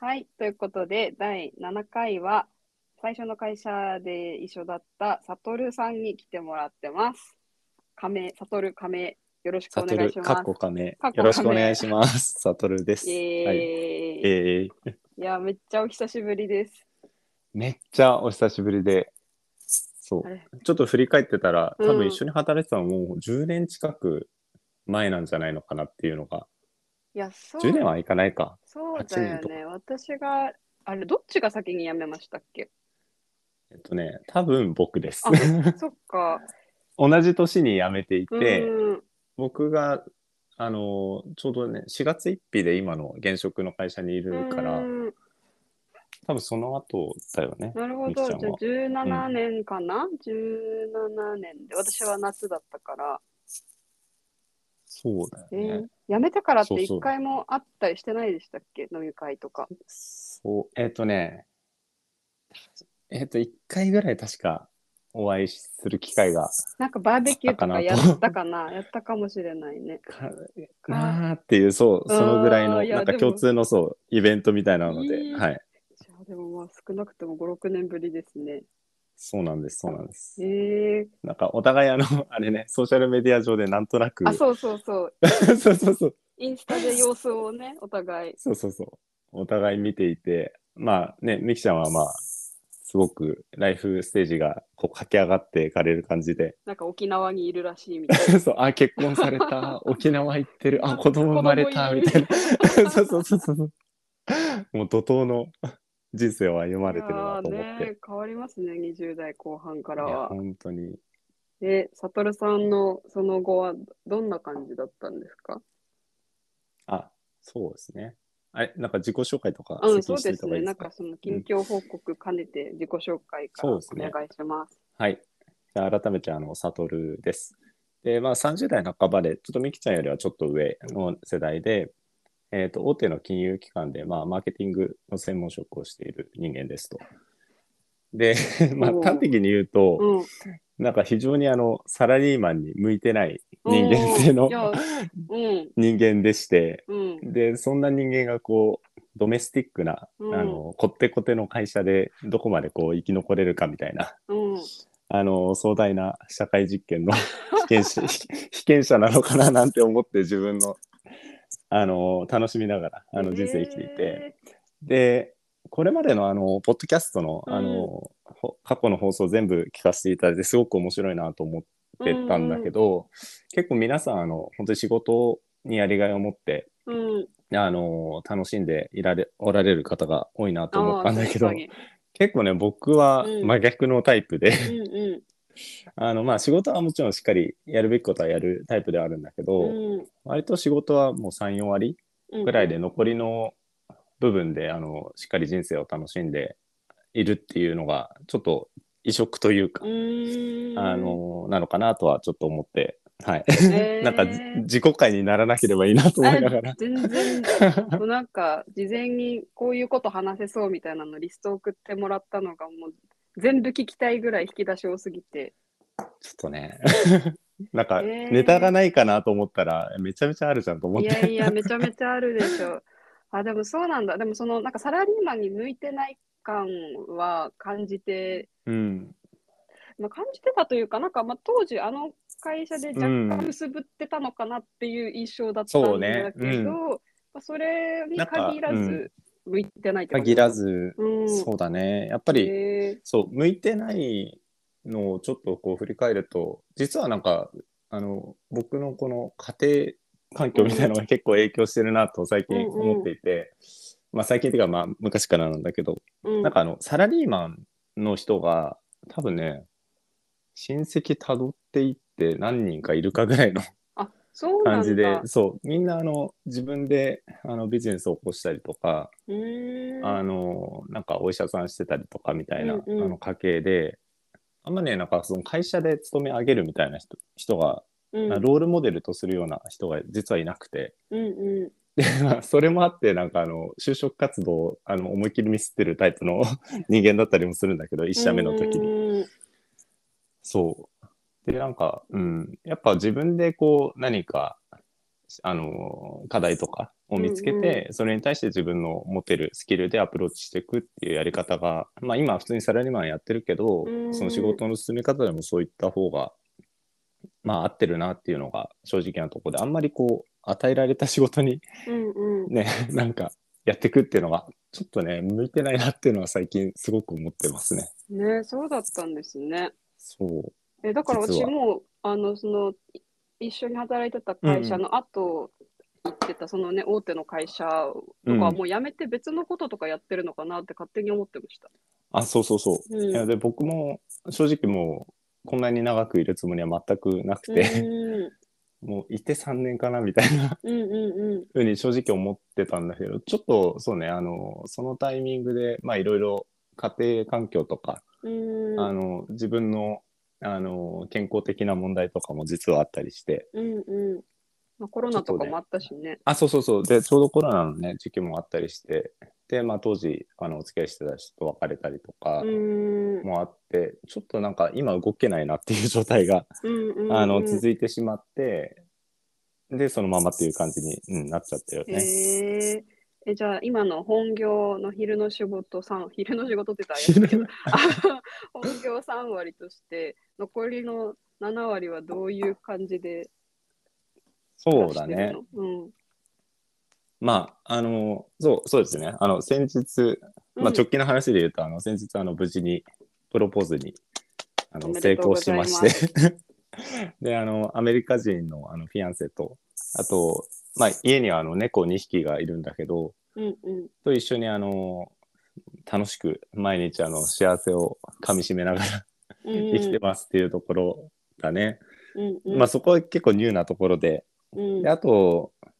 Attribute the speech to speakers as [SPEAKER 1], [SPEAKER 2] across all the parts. [SPEAKER 1] はい。ということで、第7回は、最初の会社で一緒だったサトルさんに来てもらってます。亀、サトル亀、よろしく
[SPEAKER 2] サ
[SPEAKER 1] お
[SPEAKER 2] ト
[SPEAKER 1] 願い
[SPEAKER 2] ル、
[SPEAKER 1] し
[SPEAKER 2] か
[SPEAKER 1] ま
[SPEAKER 2] っこ
[SPEAKER 1] す。
[SPEAKER 2] かめ
[SPEAKER 1] かっこか。め
[SPEAKER 2] よろしくお願いします。サトルです。
[SPEAKER 1] イエーイ、
[SPEAKER 2] はい。えー、
[SPEAKER 1] いや、めっちゃお久しぶりです。
[SPEAKER 2] めっちゃお久しぶりで、そ
[SPEAKER 1] あれ
[SPEAKER 2] う。ちょっと振り返ってたら、
[SPEAKER 1] うん
[SPEAKER 2] 多分一緒に働いてたのもう10年近く前なんじゃないのかなっていうのが、
[SPEAKER 1] いや、そう
[SPEAKER 2] 10年はいかないか。
[SPEAKER 1] そうだよ
[SPEAKER 2] 8年と
[SPEAKER 1] ね。私が、あれ、どっちが先に辞めましたっけ
[SPEAKER 2] えっとね、多分僕です
[SPEAKER 1] あ。そっか。
[SPEAKER 2] 同じ年に辞めていて、
[SPEAKER 1] うん。
[SPEAKER 2] 僕が、あのちょうどね、4月1日で今の現職の会社にいるから、
[SPEAKER 1] うん
[SPEAKER 2] 多分その後だよね。
[SPEAKER 1] なるほ
[SPEAKER 2] みきち
[SPEAKER 1] ど。
[SPEAKER 2] ゃん
[SPEAKER 1] じ
[SPEAKER 2] は
[SPEAKER 1] ゃあ17年かな、?17 年で。私は夏だったから。
[SPEAKER 2] そうだよ
[SPEAKER 1] え
[SPEAKER 2] ね。
[SPEAKER 1] ー辞めてからって
[SPEAKER 2] そうそう
[SPEAKER 1] 一回も会ったりしてないでしたっけ飲み会とか。
[SPEAKER 2] そう、えっ、とね、えっ、と、1回ぐらい確かお会いする機会が、
[SPEAKER 1] なんかバーベキューとか
[SPEAKER 2] あっ
[SPEAKER 1] や
[SPEAKER 2] たかなと
[SPEAKER 1] ったかな やったかもしれないね。
[SPEAKER 2] かなーっていう、そう、そのぐらい
[SPEAKER 1] あ
[SPEAKER 2] の、
[SPEAKER 1] ーいや
[SPEAKER 2] なんか
[SPEAKER 1] でも
[SPEAKER 2] 共通の、そう、イベントみたいなので、
[SPEAKER 1] いい
[SPEAKER 2] はい。
[SPEAKER 1] じゃあでもまあ少なくとも5、6年ぶりですね。
[SPEAKER 2] そうなんです、そうなんです。
[SPEAKER 1] えー、
[SPEAKER 2] なんか、お互い、あの、 あれね、ソーシャルメディア上でなんとなく、
[SPEAKER 1] あ、そうそうそう。
[SPEAKER 2] そう そうそうそう、
[SPEAKER 1] インスタで様子をね、お互い。
[SPEAKER 2] そうそうそう、お互い見ていて、まあね、みきちゃんはまあ、すごくライフステージがこう駆け上がっていかれる感じで、
[SPEAKER 1] なんか沖縄にいるらしいみたいな。
[SPEAKER 2] そう、あ、結婚され た、沖縄行ってる、あ、子供生まれた、みたいな。 そうそうそうそう。もう怒涛の人生を歩まれてるなと思っ
[SPEAKER 1] いや
[SPEAKER 2] て。
[SPEAKER 1] ーね変わりますね、20代後半か
[SPEAKER 2] い
[SPEAKER 1] ら
[SPEAKER 2] や、
[SPEAKER 1] は。
[SPEAKER 2] 本当に。
[SPEAKER 1] で、サトルさんのその後はどんな感じだったんですか
[SPEAKER 2] あ、そうですね。あれ、なんか自己紹介とか
[SPEAKER 1] うん、
[SPEAKER 2] 先
[SPEAKER 1] そう
[SPEAKER 2] にして
[SPEAKER 1] で
[SPEAKER 2] い
[SPEAKER 1] す
[SPEAKER 2] た方が
[SPEAKER 1] ね。
[SPEAKER 2] いい
[SPEAKER 1] なん
[SPEAKER 2] ですか
[SPEAKER 1] かその近況報告兼ねて自己紹介から
[SPEAKER 2] そう
[SPEAKER 1] お
[SPEAKER 2] ですね
[SPEAKER 1] 願いします。
[SPEAKER 2] はい。じゃあ改めて、あの、サトルです。で、まあ、30代半ばで、ちょっとみきちゃんよりはちょっと上の世代で、えっ、と、大手の金融機関で、まあ、マーケティングの専門職をしている人間ですと。で、 まあ、
[SPEAKER 1] おー
[SPEAKER 2] 端的に言うと、
[SPEAKER 1] うん、
[SPEAKER 2] なんか非常にあの、サラリーマンに向いてない人間性の
[SPEAKER 1] いやうん、
[SPEAKER 2] 人間でして、
[SPEAKER 1] うん、
[SPEAKER 2] で、そんな人間がこう、ドメスティックな、
[SPEAKER 1] うん
[SPEAKER 2] あの、こってこての会社でどこまでこう生き残れるかみたいな、
[SPEAKER 1] うん。
[SPEAKER 2] あの、壮大な社会実 験の被験者、被験者なのかななんて思って自分の、あの、楽しみながら、あの、人生生きていて。で、これまでのあの、ポッドキャストの、あの、ほ過去の放送全部聞かせていただいて、すごく面白いなと思って
[SPEAKER 1] え
[SPEAKER 2] ってたんだけ、ど、結構皆さんあの本当に仕事にやりがいを持って
[SPEAKER 1] うんうん、
[SPEAKER 2] あの楽しんでいられおられる方が多いなと思ったんだけ
[SPEAKER 1] あ
[SPEAKER 2] ど
[SPEAKER 1] ー確
[SPEAKER 2] 結構ね僕は
[SPEAKER 1] うん
[SPEAKER 2] 真逆のタイプで、
[SPEAKER 1] かにうん
[SPEAKER 2] あのまあ仕事はもちろんしっかりやるべきことはやるタイプではあるんだけど、
[SPEAKER 1] うん
[SPEAKER 2] 割と仕事はもう34割
[SPEAKER 1] うん、
[SPEAKER 2] ぐらいで残りの部分であのしっかり人生を楽しんでいるっていうのがちょっと異色というか、
[SPEAKER 1] うーん、
[SPEAKER 2] あのなのかなとはちょっと思ってはい。
[SPEAKER 1] えー、
[SPEAKER 2] なんかじ自己解にならなければいいなと思い ながら。
[SPEAKER 1] 全然、もうなんか事前にこういうこと話せそうみたいなのリスト送ってもらったのがもう全部聞きたいぐらい引き出し多すぎて。
[SPEAKER 2] ちょっとね。 なんか、
[SPEAKER 1] えー
[SPEAKER 2] ネタがないかなと思ったら、めちゃめちゃあるじゃんと思っ
[SPEAKER 1] いや
[SPEAKER 2] て。
[SPEAKER 1] いや、めちゃめちゃあるでしょ。あ、でもそうなんだ。でもそのなんかサラリーマンに向いてない感は感じて、
[SPEAKER 2] うん。
[SPEAKER 1] まあ、感じてたというか、なんかまあ当時あの会社で若
[SPEAKER 2] うん
[SPEAKER 1] 干くすぶってたのかなっていう印象だったんだけど、
[SPEAKER 2] そうねうん
[SPEAKER 1] まあ、それに
[SPEAKER 2] なんか
[SPEAKER 1] 限らず向いてないってこと
[SPEAKER 2] 限らず、
[SPEAKER 1] うん、
[SPEAKER 2] そうだね。やっぱ
[SPEAKER 1] え
[SPEAKER 2] り、そう、向いてないのをちょっとこう振り返ると、実はなんか、あの、僕のこの家庭環境みたいなのが結構影響してるなと最近思っていて、まあ最近っていうか、まあ昔からなんだけど、
[SPEAKER 1] ー
[SPEAKER 2] なんかあの、サラリーマンの人が、多分ね、親戚たどっていって何人かいるかぐらいの
[SPEAKER 1] あ、そうなん
[SPEAKER 2] 感
[SPEAKER 1] だ。
[SPEAKER 2] じで、そう、みんなあの、自分であのビジネスを起こしたりとか、
[SPEAKER 1] うーん。
[SPEAKER 2] あの、なんかお医者さんしてたりとかみたいな、
[SPEAKER 1] うんうん
[SPEAKER 2] あの家系で、あんまね、なんかその会社で勤め上げるみたいな人人が、
[SPEAKER 1] うん、
[SPEAKER 2] ロールモデルとするような人が実はいなくて、
[SPEAKER 1] うんう
[SPEAKER 2] で、まあ、それもあって、なんか、あの、就職活動を、あの、思いっきりミスってるタイプの 人間だったりもするんだけど、
[SPEAKER 1] ん。
[SPEAKER 2] 一社目の時に。
[SPEAKER 1] に。
[SPEAKER 2] そう。で、なんか、うん、やっぱ自分でこう、何か、あの、課題とか、を見つけて、
[SPEAKER 1] うん
[SPEAKER 2] それに対して自分の持てるスキルでアプローチしていくっていうやり方が、まあ、今は普通にサラリーマンやってるけど、
[SPEAKER 1] うん
[SPEAKER 2] その仕事の進め方でもそういった方が、まあ、合ってるなっていうのが正直なところであんまりこう与えられた仕事に
[SPEAKER 1] うんうん。
[SPEAKER 2] ねなんかやっていくっていうのがちょっとね向いてないなっていうのは最近すごく思ってますね。
[SPEAKER 1] ねそうだったんですね。
[SPEAKER 2] そう
[SPEAKER 1] えだから私
[SPEAKER 2] 実は
[SPEAKER 1] もあのそのい一緒に働いてた会社の後、行ってたそのね大手の会社とかは
[SPEAKER 2] うん
[SPEAKER 1] もう辞めて別のこととかやってるのかなって勝手に思ってました。
[SPEAKER 2] あそうそうそう
[SPEAKER 1] う
[SPEAKER 2] いや
[SPEAKER 1] ん
[SPEAKER 2] で僕も正直もうこんなに長くいるつもりは全くなくて、 もういて3年かなみたいな
[SPEAKER 1] うんうんうん
[SPEAKER 2] ふうに 正直思ってたんだけどちょっとそうねあのそのタイミングでまあいろいろ家庭環境とか、
[SPEAKER 1] うんうん
[SPEAKER 2] あの自分のあの健康的な問題とかも実はあったりして
[SPEAKER 1] うんうんまあ、コロナとかもあったしね。
[SPEAKER 2] あそうそうそうでちょうどコロナのね時期もあったりしてでまあ当時あのお付き合いしてた人と別れたりとか
[SPEAKER 1] うん
[SPEAKER 2] もあって、ちょっとなんか今動けないなっていう状態が
[SPEAKER 1] うんうんうん
[SPEAKER 2] あの続いてしまって、でそのままっていう感じに、うん、なっちゃってるよね。
[SPEAKER 1] へええじゃあ今の本業の昼の仕事さん昼の仕事って言ったらあれだけど 本業3割として残りの7割はどういう感じで
[SPEAKER 2] そうだね。
[SPEAKER 1] 出してるの
[SPEAKER 2] まああのそうそうですね。あの先日、
[SPEAKER 1] うん
[SPEAKER 2] まあ、直近の話で言うと、あの先日あの無事にプロポーズにあ
[SPEAKER 1] お
[SPEAKER 2] の
[SPEAKER 1] め
[SPEAKER 2] 成
[SPEAKER 1] でとう
[SPEAKER 2] 功
[SPEAKER 1] ご
[SPEAKER 2] し
[SPEAKER 1] ざいま
[SPEAKER 2] ますして であのアメリカ人のあのフィアンセとあと、まあ、家にはあの猫2匹がいるんだけど
[SPEAKER 1] うんうん
[SPEAKER 2] と一緒にあの楽しく毎日あの幸せをかみしめながら
[SPEAKER 1] うんうん
[SPEAKER 2] 生きてますっていうところだね。
[SPEAKER 1] うんうん
[SPEAKER 2] まあ、そこは結構ニューなところで
[SPEAKER 1] うん
[SPEAKER 2] であと、まあ、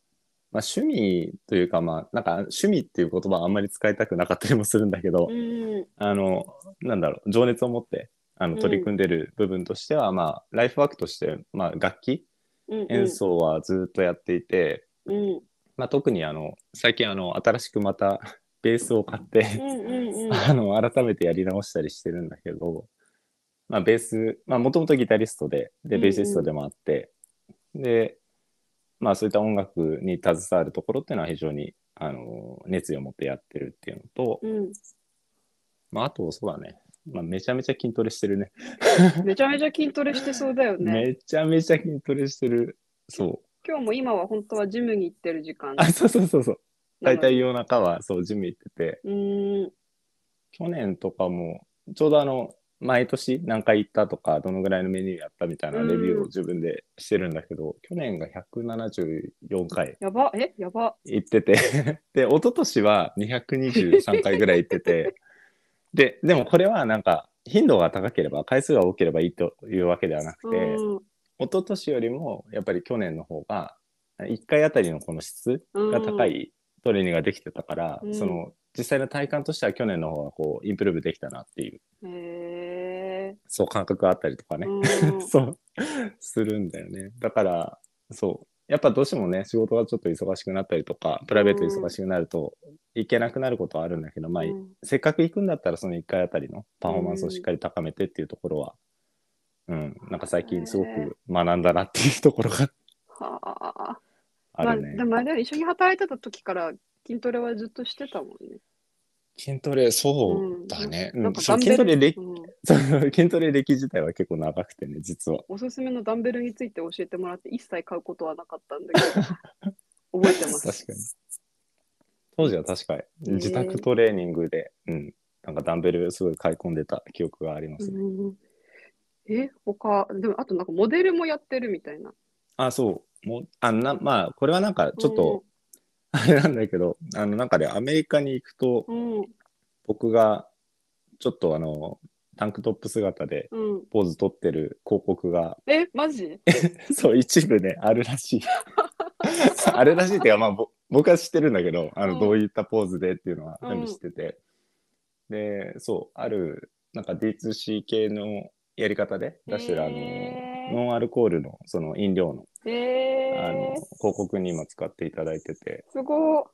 [SPEAKER 2] 趣味というか,、まあ、なんか趣味っていう言葉はあんまり使いたくなかったりもするんだけど、
[SPEAKER 1] うん
[SPEAKER 2] あのなんだろう情熱を持ってあの
[SPEAKER 1] うん
[SPEAKER 2] 取り組んでる部分としては、まあ、ライフワークとして、まあ、楽器
[SPEAKER 1] うんうん
[SPEAKER 2] 演奏はずっとやっていて、
[SPEAKER 1] うん
[SPEAKER 2] まあ、特にあの最近あの新しくまたベースを買って、
[SPEAKER 1] うんうんうん
[SPEAKER 2] あの改めてやり直したりしてるんだけど、まあ、ベースもともとギタリストでで
[SPEAKER 1] うんうん
[SPEAKER 2] ベーシストでもあって、で、まあ、そういった音楽に携わるところっていうのは非常にあの熱意を持ってやってるっていうのと、
[SPEAKER 1] うん
[SPEAKER 2] まあ、あとそうだね、まあ、めちゃめちゃ筋トレしてるね
[SPEAKER 1] めちゃめちゃ筋トレしてそうだよね。
[SPEAKER 2] めちゃめちゃ筋トレしてるそう
[SPEAKER 1] 今日も今は本当はジムに行ってる時間な
[SPEAKER 2] あ
[SPEAKER 1] のに。
[SPEAKER 2] そうそうそうそう 大体夜中はそうジム行ってて
[SPEAKER 1] うん
[SPEAKER 2] 去年とかもちょうどあの毎年何回行ったとかどのぐらいのメニューやったみたいなレビューを自分でしてるんだけど、去年が174回
[SPEAKER 1] やばえやば
[SPEAKER 2] 行ってて で一昨年は223回ぐらい行っててででもこれはなんか頻度が高ければ回数が多ければいいというわけではなくて、
[SPEAKER 1] うん
[SPEAKER 2] 一昨年よりもやっぱり去年の方が1回あたりのこの質が高いトレーニングができてたから、
[SPEAKER 1] うん
[SPEAKER 2] その実際の体感としては去年の方がこうインプルーブできたなっていう
[SPEAKER 1] へえ。
[SPEAKER 2] そう感覚があったりとかね、
[SPEAKER 1] うん
[SPEAKER 2] そうするんだよねだからそうやっぱどうしてもね仕事がちょっと忙しくなったりとかプライベート忙しくなると行けなくなることはあるんだけ ど、まあ
[SPEAKER 1] うん
[SPEAKER 2] せっかく行くんだったらその1回あたりのパフォーマンスをしっかり高めてっていうところは、うん、なんか最近すご
[SPEAKER 1] へえ
[SPEAKER 2] く学んだなっていうところが
[SPEAKER 1] はあ。
[SPEAKER 2] あるね。
[SPEAKER 1] まあ、でもあれだよ一緒に働いてた時から筋トレはずっとしてたもんね。
[SPEAKER 2] 筋トレ、そう
[SPEAKER 1] うん
[SPEAKER 2] だね。
[SPEAKER 1] な
[SPEAKER 2] うんん、
[SPEAKER 1] か
[SPEAKER 2] そ
[SPEAKER 1] ダン
[SPEAKER 2] う
[SPEAKER 1] ベ
[SPEAKER 2] 筋トレ
[SPEAKER 1] ル、
[SPEAKER 2] 歴、
[SPEAKER 1] うん、
[SPEAKER 2] そう筋トレ歴自体は結構長くてね、実は。
[SPEAKER 1] おすすめのダンベルについて教えてもらって一切買うことはなかったんだけ ど覚えてます。
[SPEAKER 2] 確かに。当時は確かに、自宅トレーニングで、うん、なんかダンベルすごい買い込んでた記憶がありますね。
[SPEAKER 1] うんえ他でもあとなんかモデルもやってるみたいな。
[SPEAKER 2] あ、そう。もうあなまあ、これはなんかちょっと、あれなんだけど、あの、なんかね、アメリカに行くと、
[SPEAKER 1] うんうん
[SPEAKER 2] 僕が、ちょっとあの、タンクトップ姿で
[SPEAKER 1] うん、
[SPEAKER 2] ポーズ取ってる広告が
[SPEAKER 1] えマジ
[SPEAKER 2] そう、一部ね、ある らしい。あるらしいっていうか、まあ、ぼ僕は知ってるんだけど、あの、
[SPEAKER 1] うん
[SPEAKER 2] どういったポーズでっていうのは
[SPEAKER 1] うん
[SPEAKER 2] 全部知ってて。で、そう、ある、なんか D2C 系のやり方で出してる、あの、
[SPEAKER 1] へ
[SPEAKER 2] ノンアルコールの、その飲料の、
[SPEAKER 1] ー
[SPEAKER 2] あの
[SPEAKER 1] へー、
[SPEAKER 2] 広告に今使っていただいてて、
[SPEAKER 1] すごい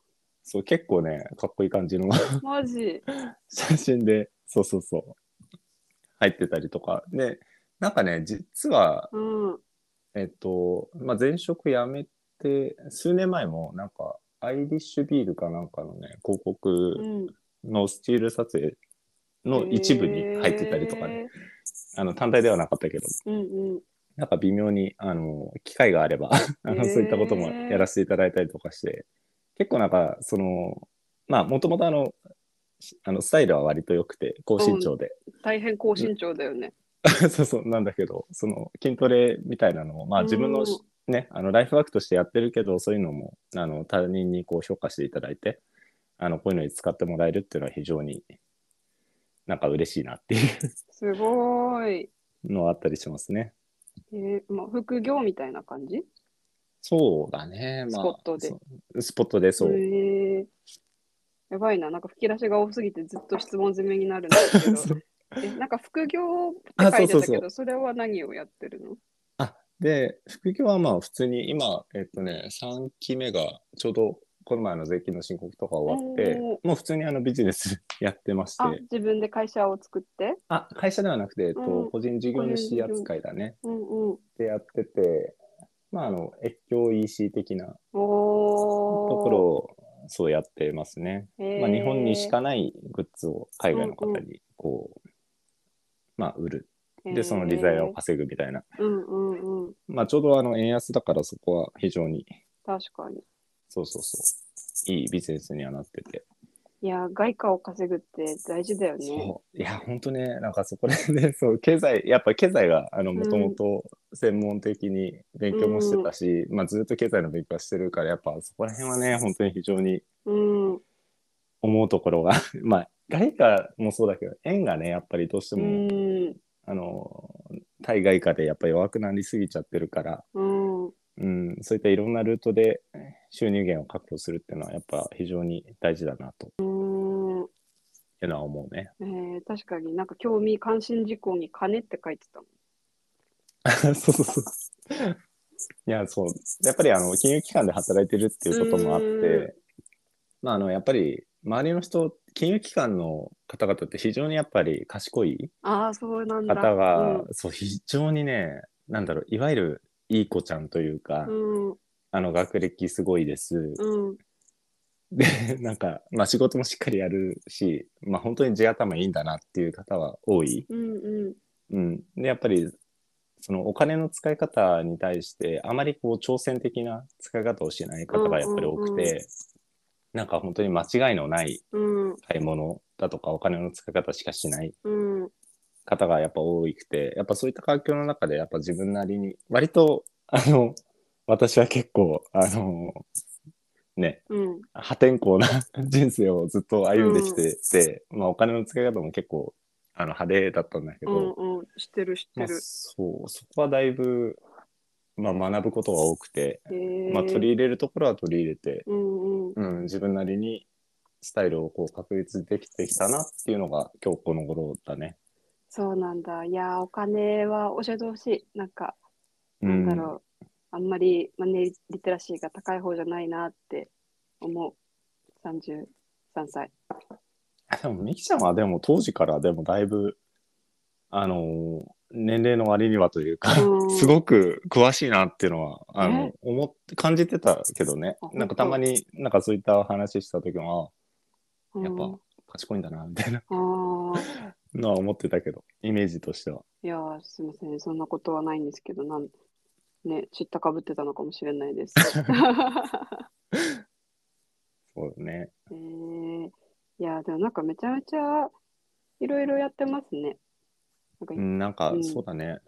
[SPEAKER 2] そう、結構ね、かっこいい感じの
[SPEAKER 1] マジ。
[SPEAKER 2] 写真で、そうそうそう、入ってたりとか。で、なんかね、実は、
[SPEAKER 1] うん
[SPEAKER 2] えっと、まあ、前職辞めて、数年前も、なんか、アイリッシュビールかなんかのね、広告
[SPEAKER 1] うん、
[SPEAKER 2] のスチール撮影の一部に入ってたりとかね、あの単体ではなかったけど、
[SPEAKER 1] へー。うんうん。
[SPEAKER 2] なんか微妙に、あの、機会があれば、 あの
[SPEAKER 1] へー
[SPEAKER 2] そういったこともやらせていただいたりとかして、結構なんか、その、まあ、もともとあの、しあのスタイルは割と良くて、高身長で、
[SPEAKER 1] 大変高身長だよね。
[SPEAKER 2] そうそう、なんだけど、その筋トレみたいなのを、まあ自分のし
[SPEAKER 1] う
[SPEAKER 2] ね、あのライフワークとしてやってるけど、そういうのも、あの、他人にこう評価していただいて、あの、こういうのに使ってもらえるっていうのは非常になんか嬉しいなってい
[SPEAKER 1] すごーい。
[SPEAKER 2] うのはあったりしますね。
[SPEAKER 1] えー、まあ副業みたいな感じ
[SPEAKER 2] そうだね、まあ。
[SPEAKER 1] スポットで
[SPEAKER 2] そう。スポットでそう。
[SPEAKER 1] へーやばいな、なんか吹き出しが多すぎてずっと質問詰めになるんですけ
[SPEAKER 2] そ
[SPEAKER 1] ど
[SPEAKER 2] う、
[SPEAKER 1] えなんか副業って書
[SPEAKER 2] あ
[SPEAKER 1] いてたけど、
[SPEAKER 2] そう
[SPEAKER 1] そ
[SPEAKER 2] そうそ
[SPEAKER 1] れは何をやってるの
[SPEAKER 2] あ、で、副業はまあ普通に今、えっとね、3期目がちょうどこの前の税金の申告とか終わって
[SPEAKER 1] お、
[SPEAKER 2] もう普通にあのビジネスやってまして
[SPEAKER 1] あ、、自分で会社を作って
[SPEAKER 2] あ、会社ではなくて、えっと、
[SPEAKER 1] うん
[SPEAKER 2] 個人事業主扱いだね。
[SPEAKER 1] うんうん。
[SPEAKER 2] でやってて、まああの、越境 EC 的なと
[SPEAKER 1] おー。
[SPEAKER 2] ころをそうやってますね。
[SPEAKER 1] へー、
[SPEAKER 2] まあ日本にしかないグッズを海外の方にこう、まあ売る。で、その利
[SPEAKER 1] ザ
[SPEAKER 2] 材を稼ぐみたいな。
[SPEAKER 1] うんうんうん。
[SPEAKER 2] まあちょうどあの円安だからそこは非常に
[SPEAKER 1] 確かに。
[SPEAKER 2] そうそうそう。いいビジネスにはなってて。
[SPEAKER 1] いや、外貨を稼ぐって大事だよね。
[SPEAKER 2] そう。いや、本当ね、 なんかそこら辺で、そう、経済、やっぱ経済が、あの、
[SPEAKER 1] ん
[SPEAKER 2] もともと専門的に勉強もしてたし、まあ、ずっと経済の勉強はしてるから、やっぱそこら辺はね、本当に非常に
[SPEAKER 1] うん。
[SPEAKER 2] 思うところが、 まあ、外貨もそうだけど、円がね、やっぱりどうして
[SPEAKER 1] う
[SPEAKER 2] も、
[SPEAKER 1] ん。
[SPEAKER 2] あの、対外貨でやっぱり弱くなりすぎちゃってるから、
[SPEAKER 1] うん。
[SPEAKER 2] うん、そういったいろんなルートで収入源を確保するっていうのは、やっぱ非常に大事だなと
[SPEAKER 1] うん。
[SPEAKER 2] いうのは思うね。
[SPEAKER 1] えー、確かになんか興味関心事項に金って書いてたもん。
[SPEAKER 2] そうそうそう。いや、そう。やっぱり、あの、金融機関で働いてるっていうこともあっ
[SPEAKER 1] う
[SPEAKER 2] て
[SPEAKER 1] ー、
[SPEAKER 2] まあ、あの、やっぱり、周りの人、金融機関の方々って非常にやっぱり賢い
[SPEAKER 1] ああ、そうなんだ。
[SPEAKER 2] 方が、そう、非常にね、なんだろう、いわゆるいい子ちゃんというか、
[SPEAKER 1] うん、うん、
[SPEAKER 2] あの、学歴すごいです。
[SPEAKER 1] うん、
[SPEAKER 2] で、なんか、まあ、仕事もしっかりやるし、まあ、本当に地頭いいんだなっていう方は多い。
[SPEAKER 1] うん、
[SPEAKER 2] うん、でやっぱりそのお金の使い方に対してあまりこう挑戦的な使い方をしない方がやっぱり多くて、
[SPEAKER 1] うんうんうん
[SPEAKER 2] なんか本当に間違いのない
[SPEAKER 1] うん、
[SPEAKER 2] 買い物だとかお金の使い方しかしない
[SPEAKER 1] うん、
[SPEAKER 2] 方がやっぱ多くてやっぱそういった環境の中でやっぱ自分なりに割とあの私は結構あのね
[SPEAKER 1] うん、
[SPEAKER 2] 破天荒な人生をずっと歩んできてて、まあ、お金の使い方も結構あの派手だったんだけど、
[SPEAKER 1] うん、うん、知ってる、知っ
[SPEAKER 2] ま
[SPEAKER 1] て
[SPEAKER 2] あ、
[SPEAKER 1] る。
[SPEAKER 2] そうそこはだいぶ、まあ、学ぶことが多くて、
[SPEAKER 1] えー、
[SPEAKER 2] まあ、取り入れるところは取り入れて、
[SPEAKER 1] うん、うん、
[SPEAKER 2] うん、自分なりにスタイルをこう確立できてきたなっていうのが今日この頃だね。
[SPEAKER 1] そうなんだ。いやー、お金は教えてほしい。なんか、
[SPEAKER 2] う
[SPEAKER 1] なんだろう。あんまりマネーリテラシーが高い方じゃないなって思う。三十三歳。
[SPEAKER 2] あでもみきちゃんはでも当時からでもだいぶあのー年齢の割にはというか、
[SPEAKER 1] うん
[SPEAKER 2] すごく詳しいなっていうのはあの
[SPEAKER 1] ね
[SPEAKER 2] 思って感じてたけどね
[SPEAKER 1] あ
[SPEAKER 2] なん
[SPEAKER 1] 本当
[SPEAKER 2] かたまになんかそういった話した時も
[SPEAKER 1] う
[SPEAKER 2] あ
[SPEAKER 1] ん、
[SPEAKER 2] やっぱ賢いんだなみたいな
[SPEAKER 1] あー
[SPEAKER 2] のは思ってたけどイメージとしては。
[SPEAKER 1] いやー、すみません、そんなことはないんですけど、なん、ね、知ったかぶってたのかもしれない です。
[SPEAKER 2] そうだね。
[SPEAKER 1] えー、いやー、でもなんかめちゃめちゃいろいろやってますね。なんか、
[SPEAKER 2] う、
[SPEAKER 1] うん
[SPEAKER 2] なんか、
[SPEAKER 1] うん
[SPEAKER 2] そうだね。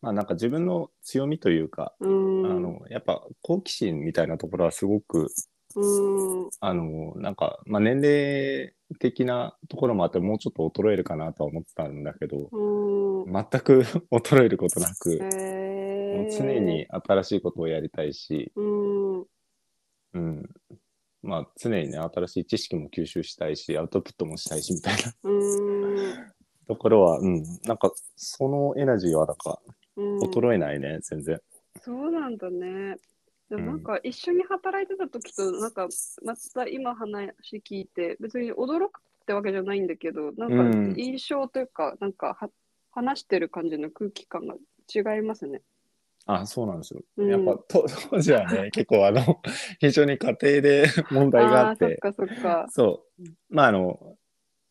[SPEAKER 2] まあなんか自分の強みというか、
[SPEAKER 1] ーん、
[SPEAKER 2] あの、やっぱ好奇心みたいなところはすごく、
[SPEAKER 1] うーん、
[SPEAKER 2] あの、なんか、まあ年齢的なところもあって、もうちょっと衰えるかなとは思ってたんだけど、
[SPEAKER 1] うーん、
[SPEAKER 2] 全く 衰えることなく、
[SPEAKER 1] え
[SPEAKER 2] もう常に新しいことをやりたいし、
[SPEAKER 1] うーん、
[SPEAKER 2] うん。まあ常にね、新しい知識も吸収したいし、アウトプットもしたいし、みたいな
[SPEAKER 1] うーん、
[SPEAKER 2] ところは、うん。なんか、そのエナジーはなんか、
[SPEAKER 1] うん、
[SPEAKER 2] 衰えないね、全然。
[SPEAKER 1] そうなんだね。でも
[SPEAKER 2] うん
[SPEAKER 1] なんか一緒に働いてた時となんかまた今話聞いて別に驚くってわけじゃないんだけどな
[SPEAKER 2] うん
[SPEAKER 1] んか印象というかなんかは話してる感じの空気感が違いますね。
[SPEAKER 2] あ、そうなんですよ。
[SPEAKER 1] うん
[SPEAKER 2] やっぱと 当時は ね、結構あの、 非常に家庭で問題があ
[SPEAKER 1] あー
[SPEAKER 2] っ、
[SPEAKER 1] そってかそっか。
[SPEAKER 2] そう。まあ、あの、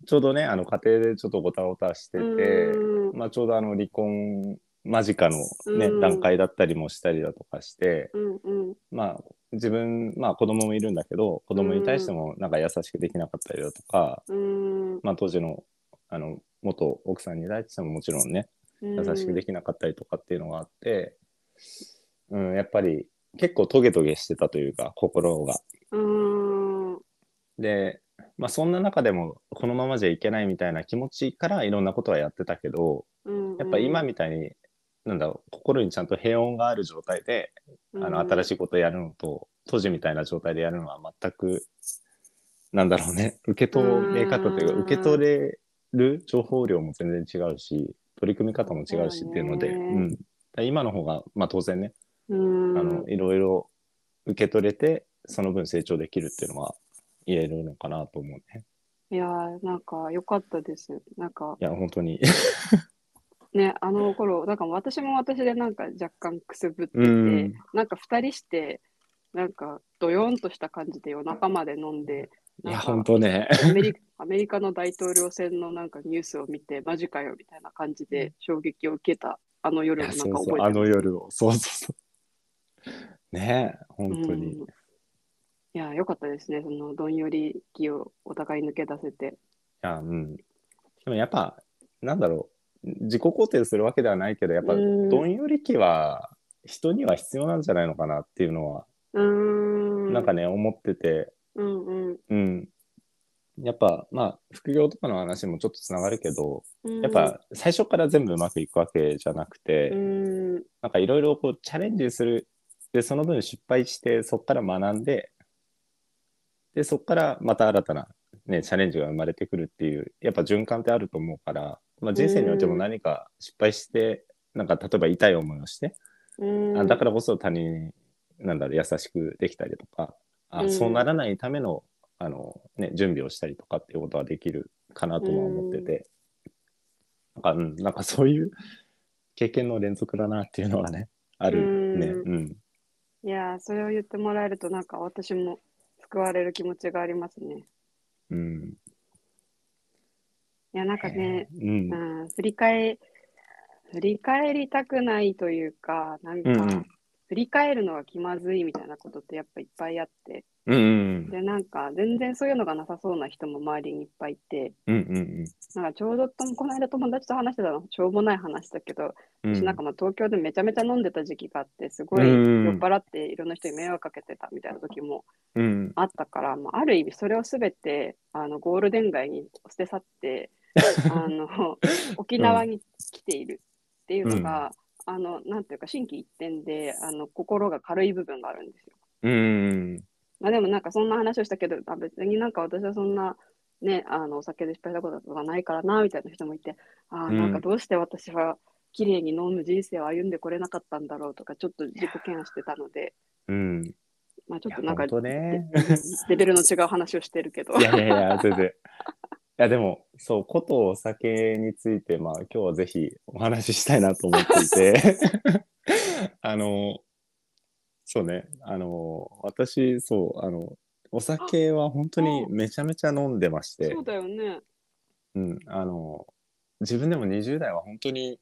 [SPEAKER 2] ちょうどね、あの、家庭でちょっとごたごたして
[SPEAKER 1] う
[SPEAKER 2] て、
[SPEAKER 1] ん
[SPEAKER 2] まあ、ちょうどあの、離婚間近のね、
[SPEAKER 1] うん
[SPEAKER 2] 段階だったりもしたりだとかして、
[SPEAKER 1] うんうん
[SPEAKER 2] まあ、自分、まあ、子供もいるんだけど、子供に対してもなんか優しくできなかったりだとか、
[SPEAKER 1] うん
[SPEAKER 2] まあ、当時の、あの、元奥さんに対してももちろんね、優しくできなかったりとかっていうのがあって、うん、やっぱり結構トゲトゲしてたというか心が。
[SPEAKER 1] うん
[SPEAKER 2] で、まあ、そんな中でもこのままじゃいけないみたいな気持ちからいろんなことはやってたけど
[SPEAKER 1] うん
[SPEAKER 2] やっぱ今みたいになんだろう心にちゃんと平穏がある状態であの新し
[SPEAKER 1] い
[SPEAKER 2] いことをやるのと当時みたいな状態でやるのは全くなんだろうね受け止め方というか
[SPEAKER 1] うん
[SPEAKER 2] 受け取れる情報量も全然違うし取り組み方も違うしっていうので
[SPEAKER 1] そううだね
[SPEAKER 2] ん、だから今の方が、まあ、当然ね、
[SPEAKER 1] うん
[SPEAKER 2] あのいろいろ受け取れてその分成長できるっていうのは言えるのかなと思うね。
[SPEAKER 1] いやーなんか良かったですなんか
[SPEAKER 2] いや本当に
[SPEAKER 1] ねあの頃なんか私も私でなんか若干くすぶってて、
[SPEAKER 2] うん
[SPEAKER 1] なんか二人してなんかドヨンとした感じで夜中まで飲んで
[SPEAKER 2] い
[SPEAKER 1] な
[SPEAKER 2] や
[SPEAKER 1] んか
[SPEAKER 2] 本当ね。
[SPEAKER 1] アメリアメリカの大統領選のなんかニュースを見てマジかよみたいな感じで衝撃を受けたあの
[SPEAKER 2] い
[SPEAKER 1] 夜を
[SPEAKER 2] や
[SPEAKER 1] なん
[SPEAKER 2] そう
[SPEAKER 1] か
[SPEAKER 2] そ
[SPEAKER 1] 覚
[SPEAKER 2] う
[SPEAKER 1] え
[SPEAKER 2] あ
[SPEAKER 1] て
[SPEAKER 2] の夜をそうそうそう。ねえ本当に。
[SPEAKER 1] うんいや良かったですねそのどんより気をお互い抜け出せて
[SPEAKER 2] いや、うん。でもやっぱ、なんだろう、自己肯定するわけではないけど、やっぱ、
[SPEAKER 1] うーん
[SPEAKER 2] どんより期は、人には必要なんじゃないのかなっていうのは、
[SPEAKER 1] うーん
[SPEAKER 2] なんかね、思ってて、
[SPEAKER 1] うんうん
[SPEAKER 2] うん。やっぱ、まあ、副業とかの話もちょっとつながるけど、
[SPEAKER 1] うん
[SPEAKER 2] やっぱ、最初から全部うまくいくわけじゃなくて、
[SPEAKER 1] うん
[SPEAKER 2] なんかいろいろこう、チャレンジする。で、その分失敗して、そこから学んで、で、そこからまた新たな、ね、チャレンジが生まれてくるっていう、やっぱ循環ってあると思うから、まあ、人生においても何か失敗して、なんか例えば痛い思いをして、
[SPEAKER 1] うん
[SPEAKER 2] あだからこそ他人に、なんだろう、優しくできたりとか、あ
[SPEAKER 1] うん
[SPEAKER 2] そうならないための、あの、ね、準備をしたりとかっていうことはできるかなとは思ってて、なんか、うん、なんかそういう 経験の連続だなっていうのはね、あるね。
[SPEAKER 1] う
[SPEAKER 2] うん。
[SPEAKER 1] いやーそれを言ってもらえるとなんか私も救われる気持ちがありますね
[SPEAKER 2] うん。
[SPEAKER 1] いやなんかね
[SPEAKER 2] うん
[SPEAKER 1] う。ん、振り返振り返りたくないというか、なん
[SPEAKER 2] うんう
[SPEAKER 1] か
[SPEAKER 2] ん、
[SPEAKER 1] 振り返るのが気まずいみたいなことってやっぱいっぱいあって、
[SPEAKER 2] うんうん
[SPEAKER 1] で、なんか、全然そういうのがなさそうな人も周りにいっぱいいて、
[SPEAKER 2] うん。うんうん
[SPEAKER 1] なんか、ちょうどともこの間友達と話してたの、しょうもない話だけど、
[SPEAKER 2] うん。
[SPEAKER 1] 私なんかまあ東京でめちゃめちゃ飲んでた時期があって、すごい
[SPEAKER 2] うん
[SPEAKER 1] 酔
[SPEAKER 2] うん
[SPEAKER 1] っ払っていろんな人に迷惑かけてたみたいな時も
[SPEAKER 2] うん。
[SPEAKER 1] あったから、まあ、ある意味それをすべてあのゴールデン街に捨て去って あの沖縄に来ているっていうのが、あのなんていうか心機一転であの心が軽い部分があるんですよ。
[SPEAKER 2] うん。
[SPEAKER 1] まあ、でもなんかそんな話をしたけど、あ別になんか私はそんな、ね、あのお酒で失敗したことがないからなみたいな人もいてあーなん
[SPEAKER 2] う
[SPEAKER 1] か
[SPEAKER 2] ん
[SPEAKER 1] どうして私は綺麗に飲む人生を歩んでこれなかったんだろうとかちょっと自己嫌悪してたので、
[SPEAKER 2] うん。
[SPEAKER 1] まあ、ちょ
[SPEAKER 2] い
[SPEAKER 1] っ
[SPEAKER 2] や
[SPEAKER 1] となんか
[SPEAKER 2] 本当ね。
[SPEAKER 1] レベルの違う話をしてるけど
[SPEAKER 2] い。やいやいや、全然。いや、でも、そう、ことお酒について、まあ、今日はぜひお話ししたいなと思っていて、 あの、そうね、あの、私、そう、あの、お酒は本当にめちゃめちゃ飲んでまして
[SPEAKER 1] そう、だよね。
[SPEAKER 2] うん、あの、自分でも20代は本当に、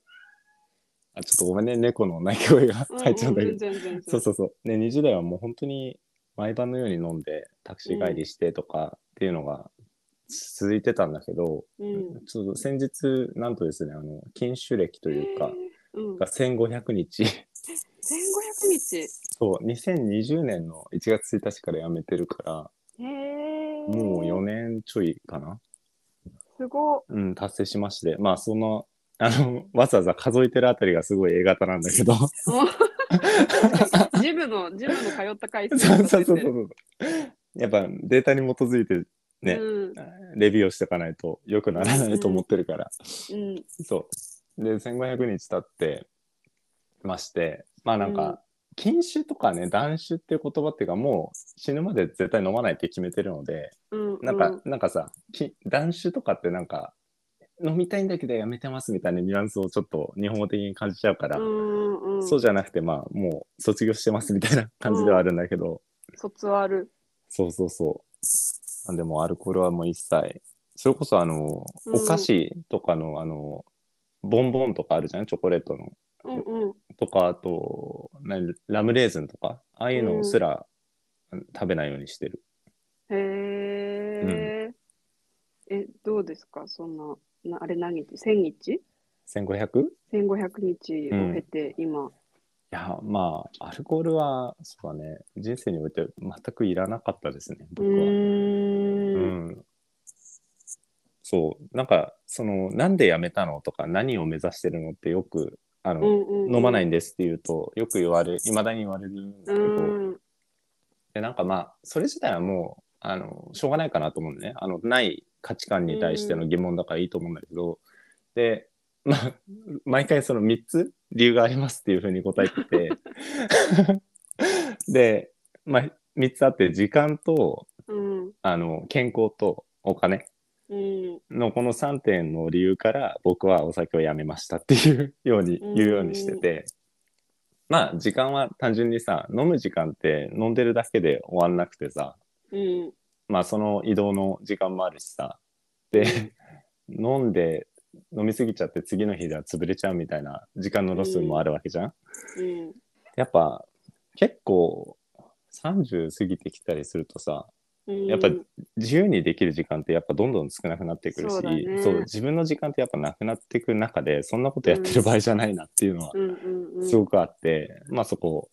[SPEAKER 2] あ、ちょっとごめんね、猫の鳴き声が入っちゃうんだけど
[SPEAKER 1] 全、然全然。
[SPEAKER 2] そうそうそう。ね、20代はもう本当に毎晩のように飲んで、タクシー帰りしてとかっていうのが続いてたんだけど、
[SPEAKER 1] うん。
[SPEAKER 2] ちょっと先日、なんとですね、あの、禁酒歴というか、
[SPEAKER 1] えー、うん。
[SPEAKER 2] が1500日、
[SPEAKER 1] 千五百日。
[SPEAKER 2] そう、2020年の1月1日から辞めてるから、
[SPEAKER 1] へえ。
[SPEAKER 2] もう4年ちょいかな、
[SPEAKER 1] す ご
[SPEAKER 2] うん、達成しまして、まあ、その、あの、わざわざ数えてるあたりがすごい A 型なんだけど、
[SPEAKER 1] い。ジムのジムの通った回数
[SPEAKER 2] そう
[SPEAKER 1] を
[SPEAKER 2] そう
[SPEAKER 1] 数え
[SPEAKER 2] そ
[SPEAKER 1] て
[SPEAKER 2] うそうそう。やっぱデータに基づいてね
[SPEAKER 1] うん
[SPEAKER 2] レビューをしていかないと良くならないと思ってるから、
[SPEAKER 1] うん
[SPEAKER 2] そうで1500日経ってましてまあなん
[SPEAKER 1] うん
[SPEAKER 2] か禁酒とかね断酒っていう言葉っていうかもう死ぬまで絶対飲まないって決めてるので
[SPEAKER 1] うんうん。
[SPEAKER 2] なんか、なんかさき断酒とかってなんか飲みたいんだけどやめてますみたいなニュアンスをちょっと日本語的に感じちゃうから、
[SPEAKER 1] うんうんうん、
[SPEAKER 2] そうじゃなくてまあもう卒業してますみたいな感じではあるんだけど、
[SPEAKER 1] 卒ある。
[SPEAKER 2] そうそうそうなんでもうアルコールはもう一切それこそあの、
[SPEAKER 1] うん
[SPEAKER 2] お菓子とかのあのボンボンとかあるじゃんチョコレートの
[SPEAKER 1] うんうん。
[SPEAKER 2] とかあと何ラムレーズンとかああいうのすら、食べないようにしてる
[SPEAKER 1] へえ、え、どうですかそんな、なあれ何日 ?1000 日
[SPEAKER 2] 1500? い
[SPEAKER 1] ?1500 日を経て今。
[SPEAKER 2] やまあアルコールはそうだね人生において全くいらなかったですね
[SPEAKER 1] う
[SPEAKER 2] 僕は。
[SPEAKER 1] ー。
[SPEAKER 2] うんんそうなんかそのなんでやめたのとか何を目指してるのってよくあ
[SPEAKER 1] う
[SPEAKER 2] の、
[SPEAKER 1] んうんうん
[SPEAKER 2] 飲まないんですって言うとよく言われいまだに言われるんだけど、
[SPEAKER 1] うん。
[SPEAKER 2] でなんかまあそれ自体はもうあのしょうがないかなと思うのねあのない価値観に対しての疑問だからいいと思うんだけど、で、まあ、毎回その3つ理由がありますっていうふうに答えて てで、まあ、3つあって時間と
[SPEAKER 1] うん。
[SPEAKER 2] あの健康とお金
[SPEAKER 1] うん。
[SPEAKER 2] のこの3点の理由から僕はお酒をやめましたっていう ように
[SPEAKER 1] うん
[SPEAKER 2] 言うようにしてて、まあ時間は単純にさ飲む時間って飲んでるだけで終わんなくてさ
[SPEAKER 1] うん。
[SPEAKER 2] まあその移動の時間もあるしさで飲んで飲み過ぎちゃって次の日では潰れちゃうみたいな時間のロスもあるわけじゃん。
[SPEAKER 1] うん。
[SPEAKER 2] やっぱ結構30過ぎてきたりするとさ
[SPEAKER 1] うん。
[SPEAKER 2] やっぱ自由にできる時間ってやっぱどんどん少なくなってくるし
[SPEAKER 1] そうだね
[SPEAKER 2] そう自分の時間ってやっぱなくなっていく中でそんなことやってる場合じゃないなっていうのは
[SPEAKER 1] うんうんうん。
[SPEAKER 2] すごくあって、まあそこ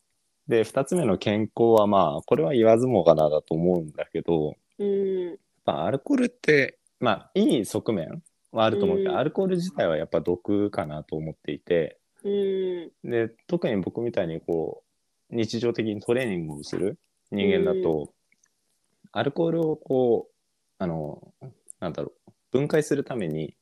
[SPEAKER 2] で2つ目の健康はまあこれは言わずもがなだと思うんだけど
[SPEAKER 1] うん。
[SPEAKER 2] やっぱアルコールってまあいい側面はあると思うけど、
[SPEAKER 1] うん
[SPEAKER 2] アルコール自体はやっぱ毒かなと思っていて
[SPEAKER 1] うん。
[SPEAKER 2] で特に僕みたいにこう日常的にトレーニングをする人間だと、アルコールをこうあのなんだろう分解するために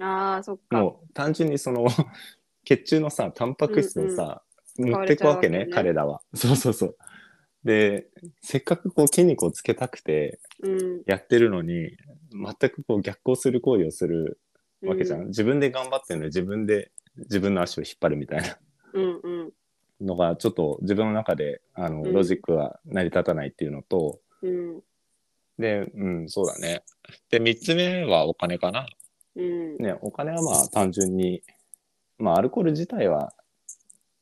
[SPEAKER 1] ああ、そっか。
[SPEAKER 2] もう単純にその 血中のさタンパク質をさ、
[SPEAKER 1] 使
[SPEAKER 2] 持
[SPEAKER 1] わ
[SPEAKER 2] って
[SPEAKER 1] れ
[SPEAKER 2] い
[SPEAKER 1] ち
[SPEAKER 2] く
[SPEAKER 1] ゃう
[SPEAKER 2] わ
[SPEAKER 1] わ
[SPEAKER 2] け
[SPEAKER 1] け
[SPEAKER 2] ね
[SPEAKER 1] ね
[SPEAKER 2] 彼らは。そうそうそうでせっかくこう筋肉をつけたくて
[SPEAKER 1] うん。
[SPEAKER 2] やってるのに全くこう逆行する行為をするわけじゃん、
[SPEAKER 1] うん。
[SPEAKER 2] 自分で頑張ってるのに自分で自分の足を引っ張るみたいな
[SPEAKER 1] うんうん。
[SPEAKER 2] のがちょっと自分の中であの
[SPEAKER 1] うん
[SPEAKER 2] ロジックは成り立たないっていうのと、
[SPEAKER 1] うん。
[SPEAKER 2] でうんそうだねで3つ目はお金かな
[SPEAKER 1] うん。
[SPEAKER 2] ねお金はまあ単純にまあアルコール自体は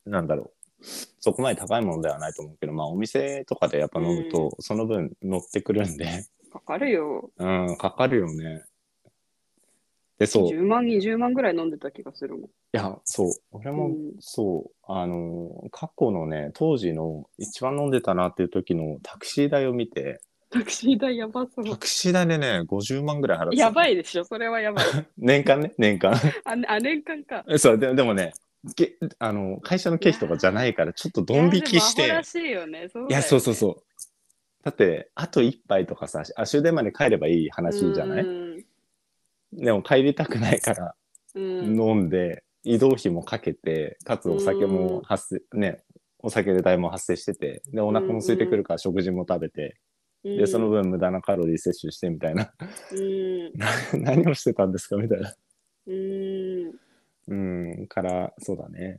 [SPEAKER 2] なんだろうそこまで高いものではないと思うけどまあお店とかでやっぱ飲む
[SPEAKER 1] う
[SPEAKER 2] とその分乗ってくるんで、
[SPEAKER 1] かかるよ。
[SPEAKER 2] うん、かかるよね。で、そう、い
[SPEAKER 1] 10万、20万ぐらい飲んでた気がするもん。
[SPEAKER 2] や、そう、俺も、
[SPEAKER 1] うん
[SPEAKER 2] そう、あのー、過去のね、当時の一番飲んでたなっていう時のタクシー代を見て、
[SPEAKER 1] タクシー代やばそう
[SPEAKER 2] タ。クシー代でね、50万ぐらい払ってた
[SPEAKER 1] やばいでしょ、それはやばい。
[SPEAKER 2] 年間ね、年間。
[SPEAKER 1] あ、あ年間か。
[SPEAKER 2] そう、ででもね、げあの会社の経費とかじゃないから、ちょっとドン引きして、
[SPEAKER 1] いやでもアホらしいよね。そう
[SPEAKER 2] い
[SPEAKER 1] だよ
[SPEAKER 2] や、
[SPEAKER 1] ね
[SPEAKER 2] そうそうそう。だって、あと一杯とかさ、あ終電まで帰ればいい話じゃない、
[SPEAKER 1] うん
[SPEAKER 2] でも帰りたくないから、
[SPEAKER 1] うん。
[SPEAKER 2] 飲んで、移動費もかけてかつお酒も発生、ねお酒で代も発生しててでお腹も空いてくるから食事も食べて、でその分無駄なカロリー摂取してみたいな
[SPEAKER 1] うん。
[SPEAKER 2] 何をしてたんですかみたいな
[SPEAKER 1] うん。
[SPEAKER 2] うんからそうだね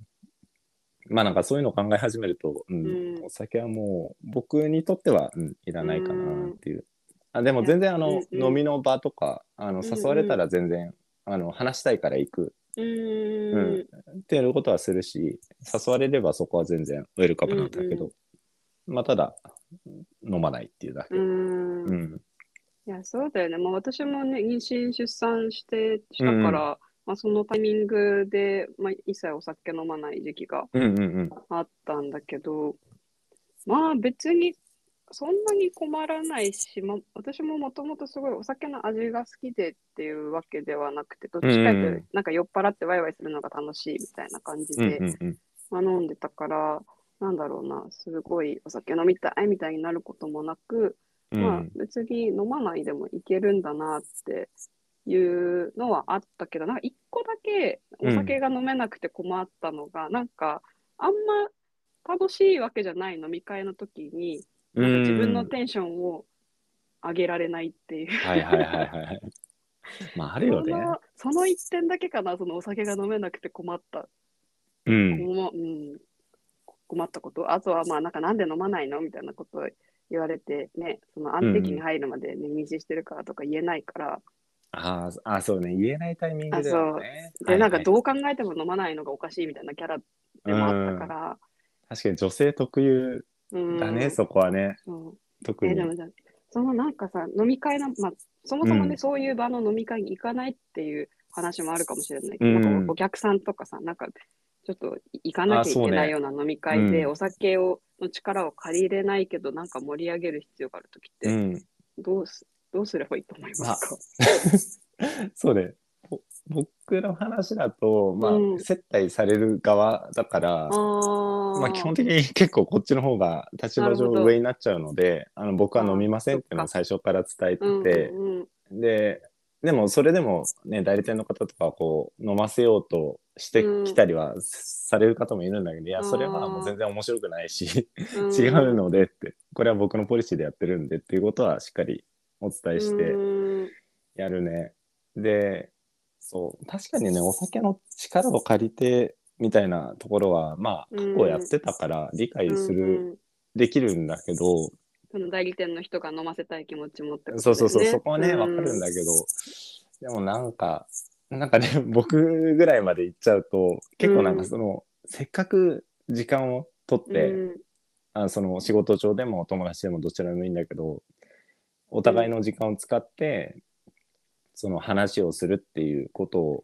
[SPEAKER 2] まあなんかそういうのを考え始めると、うん
[SPEAKER 1] うん
[SPEAKER 2] お酒はもう僕にとっては、うん、いらないかなっていう、あでも
[SPEAKER 1] いや
[SPEAKER 2] 全然あの、
[SPEAKER 1] うんうん
[SPEAKER 2] 飲みの場とかあの
[SPEAKER 1] ん
[SPEAKER 2] 誘われたら全然、あの話したいから行く
[SPEAKER 1] う
[SPEAKER 2] うん
[SPEAKER 1] ん。
[SPEAKER 2] ってやることはするし誘われればそこは全然ウェルカムなんだけど、まあただ飲まないっていうだけ、
[SPEAKER 1] うん。
[SPEAKER 2] うん
[SPEAKER 1] いや、そうだよね。まあ、私もね、妊娠、出産してしたから、まあ、そのタイミングで、まあ、一切お酒飲まない時期が
[SPEAKER 2] うんうんうん
[SPEAKER 1] あったんだけど、まあ、別にそんなに困らないし、まあ、私ももともとすごいお酒の味が好きでっていうわけではなくて、どっちかと
[SPEAKER 2] うんう
[SPEAKER 1] いうんと、なんか酔っ払ってワイワイするのが楽しいみたいな感じ
[SPEAKER 2] うん
[SPEAKER 1] で、
[SPEAKER 2] うんうん
[SPEAKER 1] まあ、飲んでたから、なんだろうな、すごいお酒飲みたいみたいになることもなく、
[SPEAKER 2] う
[SPEAKER 1] まあ
[SPEAKER 2] ん、
[SPEAKER 1] 別に飲まないでもいけるんだなっていうのはあったけどなんか一個だけお酒が飲めなくて困ったのが、なんかあんま楽しいわけじゃない飲み会の時になんか自分のテンションを上げられないっていう。
[SPEAKER 2] はいはいはいはいはいまああるよね
[SPEAKER 1] そのその一点だけかな、そのお酒が飲めなくて困った。
[SPEAKER 2] うん
[SPEAKER 1] 困うん、困ったこと、あとは、まあ、なんか、なんで飲まないのみたいなことを言われて、ね、その安定期に入るまでね、妊娠してるからとか言えないから、
[SPEAKER 2] あーあ、そうね。言えないタイミングだよね。
[SPEAKER 1] で、なんか、
[SPEAKER 2] う
[SPEAKER 1] どう考えても飲まないのがおかしいみたいなキャラでもあったから、
[SPEAKER 2] 確かに女性特有
[SPEAKER 1] うん。
[SPEAKER 2] だね、そこはね。
[SPEAKER 1] そう
[SPEAKER 2] 特
[SPEAKER 1] え
[SPEAKER 2] に
[SPEAKER 1] で。もさそのなんかさ飲み会の、まあ、そもそもね、
[SPEAKER 2] うん
[SPEAKER 1] そういう場の飲み会に行かないっていう話もあるかもしれないけ
[SPEAKER 2] う
[SPEAKER 1] ど、
[SPEAKER 2] ん
[SPEAKER 1] なんかお客さんとかさなんかちょっと行かなきゃいけ
[SPEAKER 2] あそう
[SPEAKER 1] な
[SPEAKER 2] ね
[SPEAKER 1] いような飲み会で、
[SPEAKER 2] うん
[SPEAKER 1] お酒をの力を借りれないけどなんか盛り上げる必要がある時
[SPEAKER 2] う
[SPEAKER 1] って
[SPEAKER 2] ん。
[SPEAKER 1] どうす、どうすればいいと思いますか、
[SPEAKER 2] そうね。ぼ僕の話だと、まあ、
[SPEAKER 1] うん
[SPEAKER 2] 接待される側だか
[SPEAKER 1] あ
[SPEAKER 2] ら、まあ、基本的に結構こっちの方が立場
[SPEAKER 1] なる
[SPEAKER 2] 上
[SPEAKER 1] ほど
[SPEAKER 2] 上になっちゃうのであの僕は飲みませんっていうのを最初から伝えてて、
[SPEAKER 1] うんうんうん
[SPEAKER 2] ででもそれでも、ね、代理店の方とかはこう飲ませようとしてきたりはされる方もいるんだけど、いやそれはもう全然面白くないし、
[SPEAKER 1] うん
[SPEAKER 2] 違うのでってこれは僕のポリシーでやってるんでっていうことはしっかりお伝えして。
[SPEAKER 1] うん
[SPEAKER 2] やるね。で、そう、確かにね、お酒の力を借りてみたいなところは、まあ、過去やってたから理解する、
[SPEAKER 1] うんうん
[SPEAKER 2] できるんだけど、
[SPEAKER 1] その代理店の人が飲ませたい気持ちもってこと
[SPEAKER 2] そうそうそう、
[SPEAKER 1] だよ
[SPEAKER 2] そこはね、わかるんだけど、でもなんか、なんかね、 僕ぐらいまで行っちゃうと、結構なんかその、せっかく時間を取って、
[SPEAKER 1] うん
[SPEAKER 2] あその仕事上でもお友達でもどちらでもいいんだけどお互いの時間を使って、その話をするっていうことを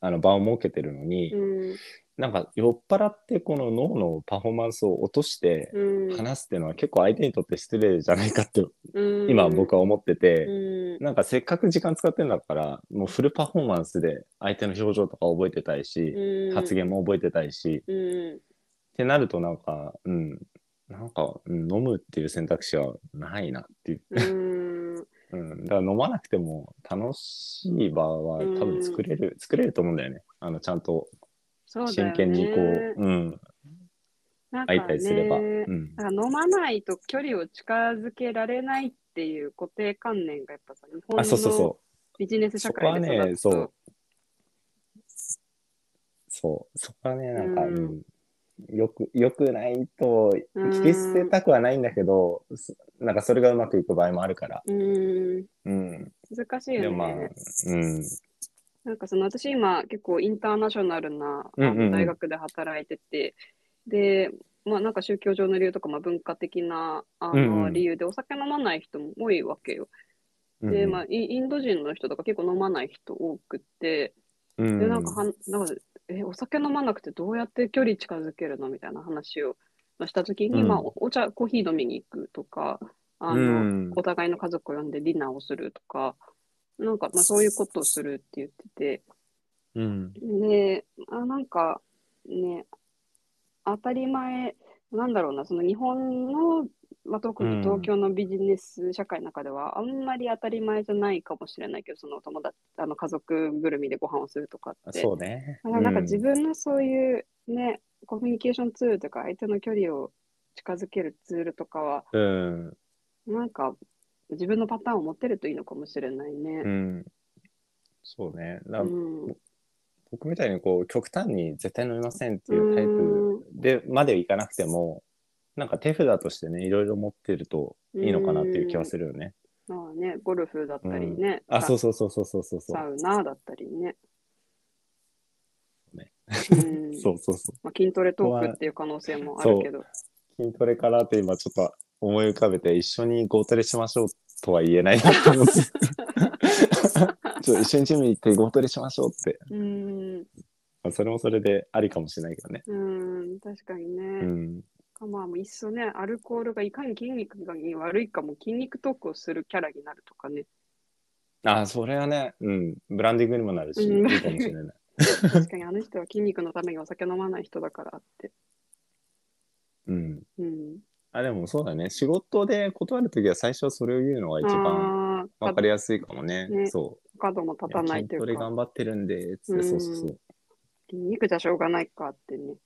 [SPEAKER 2] あの場を設けてるのに、
[SPEAKER 1] うん
[SPEAKER 2] なんか酔っ払ってこの脳のパフォーマンスを落として
[SPEAKER 1] うん
[SPEAKER 2] 話すっていうのは結構相手にとって失礼じゃないかって
[SPEAKER 1] うん
[SPEAKER 2] 今僕は思ってて、
[SPEAKER 1] うん
[SPEAKER 2] なんかせっかく時間使ってるんだからもうフルパフォーマンスで相手の表情とか覚えてたいし、
[SPEAKER 1] うん
[SPEAKER 2] 発言も覚えてたいし、
[SPEAKER 1] うん
[SPEAKER 2] ってなるとなんかうんなんか、うん、飲むっていう選択肢はないなっていう、
[SPEAKER 1] うん
[SPEAKER 2] うん、だから飲まなくても楽しい場は多分作れる、作れると思うんだよねあのちゃんと
[SPEAKER 1] そうだよ
[SPEAKER 2] 真
[SPEAKER 1] ね
[SPEAKER 2] 剣にこうう、ん、
[SPEAKER 1] なんか
[SPEAKER 2] 会
[SPEAKER 1] ね
[SPEAKER 2] いたりすれば、うん、
[SPEAKER 1] なんか飲まないと距離を近づけられないっていう固定観念がやっぱさ日本
[SPEAKER 2] あそうそう
[SPEAKER 1] の
[SPEAKER 2] そ
[SPEAKER 1] ビジネ
[SPEAKER 2] う
[SPEAKER 1] ス
[SPEAKER 2] そ
[SPEAKER 1] 社
[SPEAKER 2] こは
[SPEAKER 1] 会で
[SPEAKER 2] ね
[SPEAKER 1] 育つと
[SPEAKER 2] そうそうそこはねなんか、う
[SPEAKER 1] うん
[SPEAKER 2] んよくよくないと
[SPEAKER 1] うん
[SPEAKER 2] 切り捨てたくはないんだけど、そなんかそれがうまくいく場合もあるから、
[SPEAKER 1] うん
[SPEAKER 2] うん、
[SPEAKER 1] 難しい
[SPEAKER 2] で
[SPEAKER 1] よ
[SPEAKER 2] も
[SPEAKER 1] ね、
[SPEAKER 2] まあ、うん、
[SPEAKER 1] なんかその私今結構インターナショナルなあ
[SPEAKER 2] うんうんう
[SPEAKER 1] の
[SPEAKER 2] ん
[SPEAKER 1] 大学で働いてて、でまあなんか宗教上の理由とかまあ文化的なあ
[SPEAKER 2] うんう
[SPEAKER 1] の
[SPEAKER 2] ん
[SPEAKER 1] 理由でお酒飲まない人も多いわけよ。
[SPEAKER 2] うん
[SPEAKER 1] で、まあ、インインド人の人とか結構飲まない人多くて、
[SPEAKER 2] うん
[SPEAKER 1] で、なんかはん、なんか、え、お酒飲まなくてどうやって距離近づけるのみたいな話をまあしたときに、
[SPEAKER 2] うん
[SPEAKER 1] まあ、おお茶、コーヒー飲みに行くとか、あの、
[SPEAKER 2] うん
[SPEAKER 1] お互いの家族を呼んでディナーをするとか、なんか、まあ、そういうことをするって言って
[SPEAKER 2] うん、
[SPEAKER 1] て、で、あ、なんか、ね、当たり前、なんだろうな、その日本の、まあ、特
[SPEAKER 2] うん
[SPEAKER 1] に東京のビジネス社会の中では、あんまり当たり前じゃないかもしれないけど、その友達、あの家族ぐるみでご飯をするとかって。
[SPEAKER 2] そうね。
[SPEAKER 1] だからなんか自
[SPEAKER 2] 分、
[SPEAKER 1] 分のそういうね、コミュニケーションツールとか、相手の距離を近づけるツールとかは、
[SPEAKER 2] うん、
[SPEAKER 1] なんか自分のパターンを持ってるといいのかもしれない
[SPEAKER 2] うん、
[SPEAKER 1] ね。
[SPEAKER 2] そうね。だから
[SPEAKER 1] うん。
[SPEAKER 2] 僕みたいにこう極端に絶対飲みませんっていうタイプでまでいかなくても、なんか手札としてね、いろいろ持ってるといいのかなっていう気はするよね。
[SPEAKER 1] まあね、ゴルフだったりね、
[SPEAKER 2] あ、そううそうそうそうそうそうそ
[SPEAKER 1] サ
[SPEAKER 2] う。
[SPEAKER 1] ウナだったりね。
[SPEAKER 2] ね
[SPEAKER 1] うん
[SPEAKER 2] そうそうそ
[SPEAKER 1] まあ、筋トレトークっていう可能性もあるけど。
[SPEAKER 2] う。筋トレからって今ちょっと思い浮かべて、一緒にゴートレしましょうとは言えないなと 思って。ちょっと一緒にジム行ってゴートレしましょうって。
[SPEAKER 1] うん。
[SPEAKER 2] まあそれもそれでありかもしれないけどね。
[SPEAKER 1] うん。確かにね。
[SPEAKER 2] うん。
[SPEAKER 1] まあ、もういっそね、アルコールがいかに筋肉に悪いかも、筋肉トークをするキャラになるとか ね。
[SPEAKER 2] あ、それはね、うん、ブランディングにもなるし、
[SPEAKER 1] うん
[SPEAKER 2] いいかもしれない。
[SPEAKER 1] 確かにあの人は筋肉のためにお酒飲まない人だからって。
[SPEAKER 2] うん。
[SPEAKER 1] うん。
[SPEAKER 2] あ、でもそうだね。仕事で断るときは最初はそれを言うのが一番
[SPEAKER 1] あー
[SPEAKER 2] わかりやすいかもね。
[SPEAKER 1] ね
[SPEAKER 2] そう。
[SPEAKER 1] 角も立たないとい
[SPEAKER 2] や筋ト
[SPEAKER 1] う
[SPEAKER 2] レ
[SPEAKER 1] か、
[SPEAKER 2] 頑張ってるんで、つっ
[SPEAKER 1] うん
[SPEAKER 2] て、そうそうそう。だ
[SPEAKER 1] 筋肉じゃしょうがないかってね。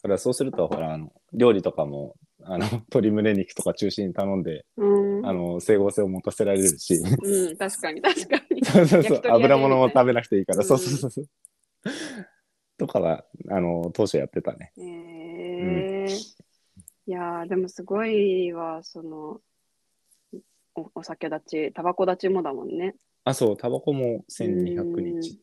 [SPEAKER 2] からそうすると、ほら、あの、料理とかも、あの、 鶏胸肉とか中心に頼んで、
[SPEAKER 1] うん。
[SPEAKER 2] あの、整合性を持たせられるし、
[SPEAKER 1] うん、確かに確かに。
[SPEAKER 2] そうそう
[SPEAKER 1] 焼き
[SPEAKER 2] そ
[SPEAKER 1] 鳥屋
[SPEAKER 2] う
[SPEAKER 1] でね
[SPEAKER 2] 油物も食べなくていいから、
[SPEAKER 1] うん
[SPEAKER 2] そうそうそうそう。とかはあの当初やってたね。
[SPEAKER 1] えーいやーでもすごいわそのおお酒立ちタバコ立ちもだもんね。
[SPEAKER 2] あそうタバコも1200日。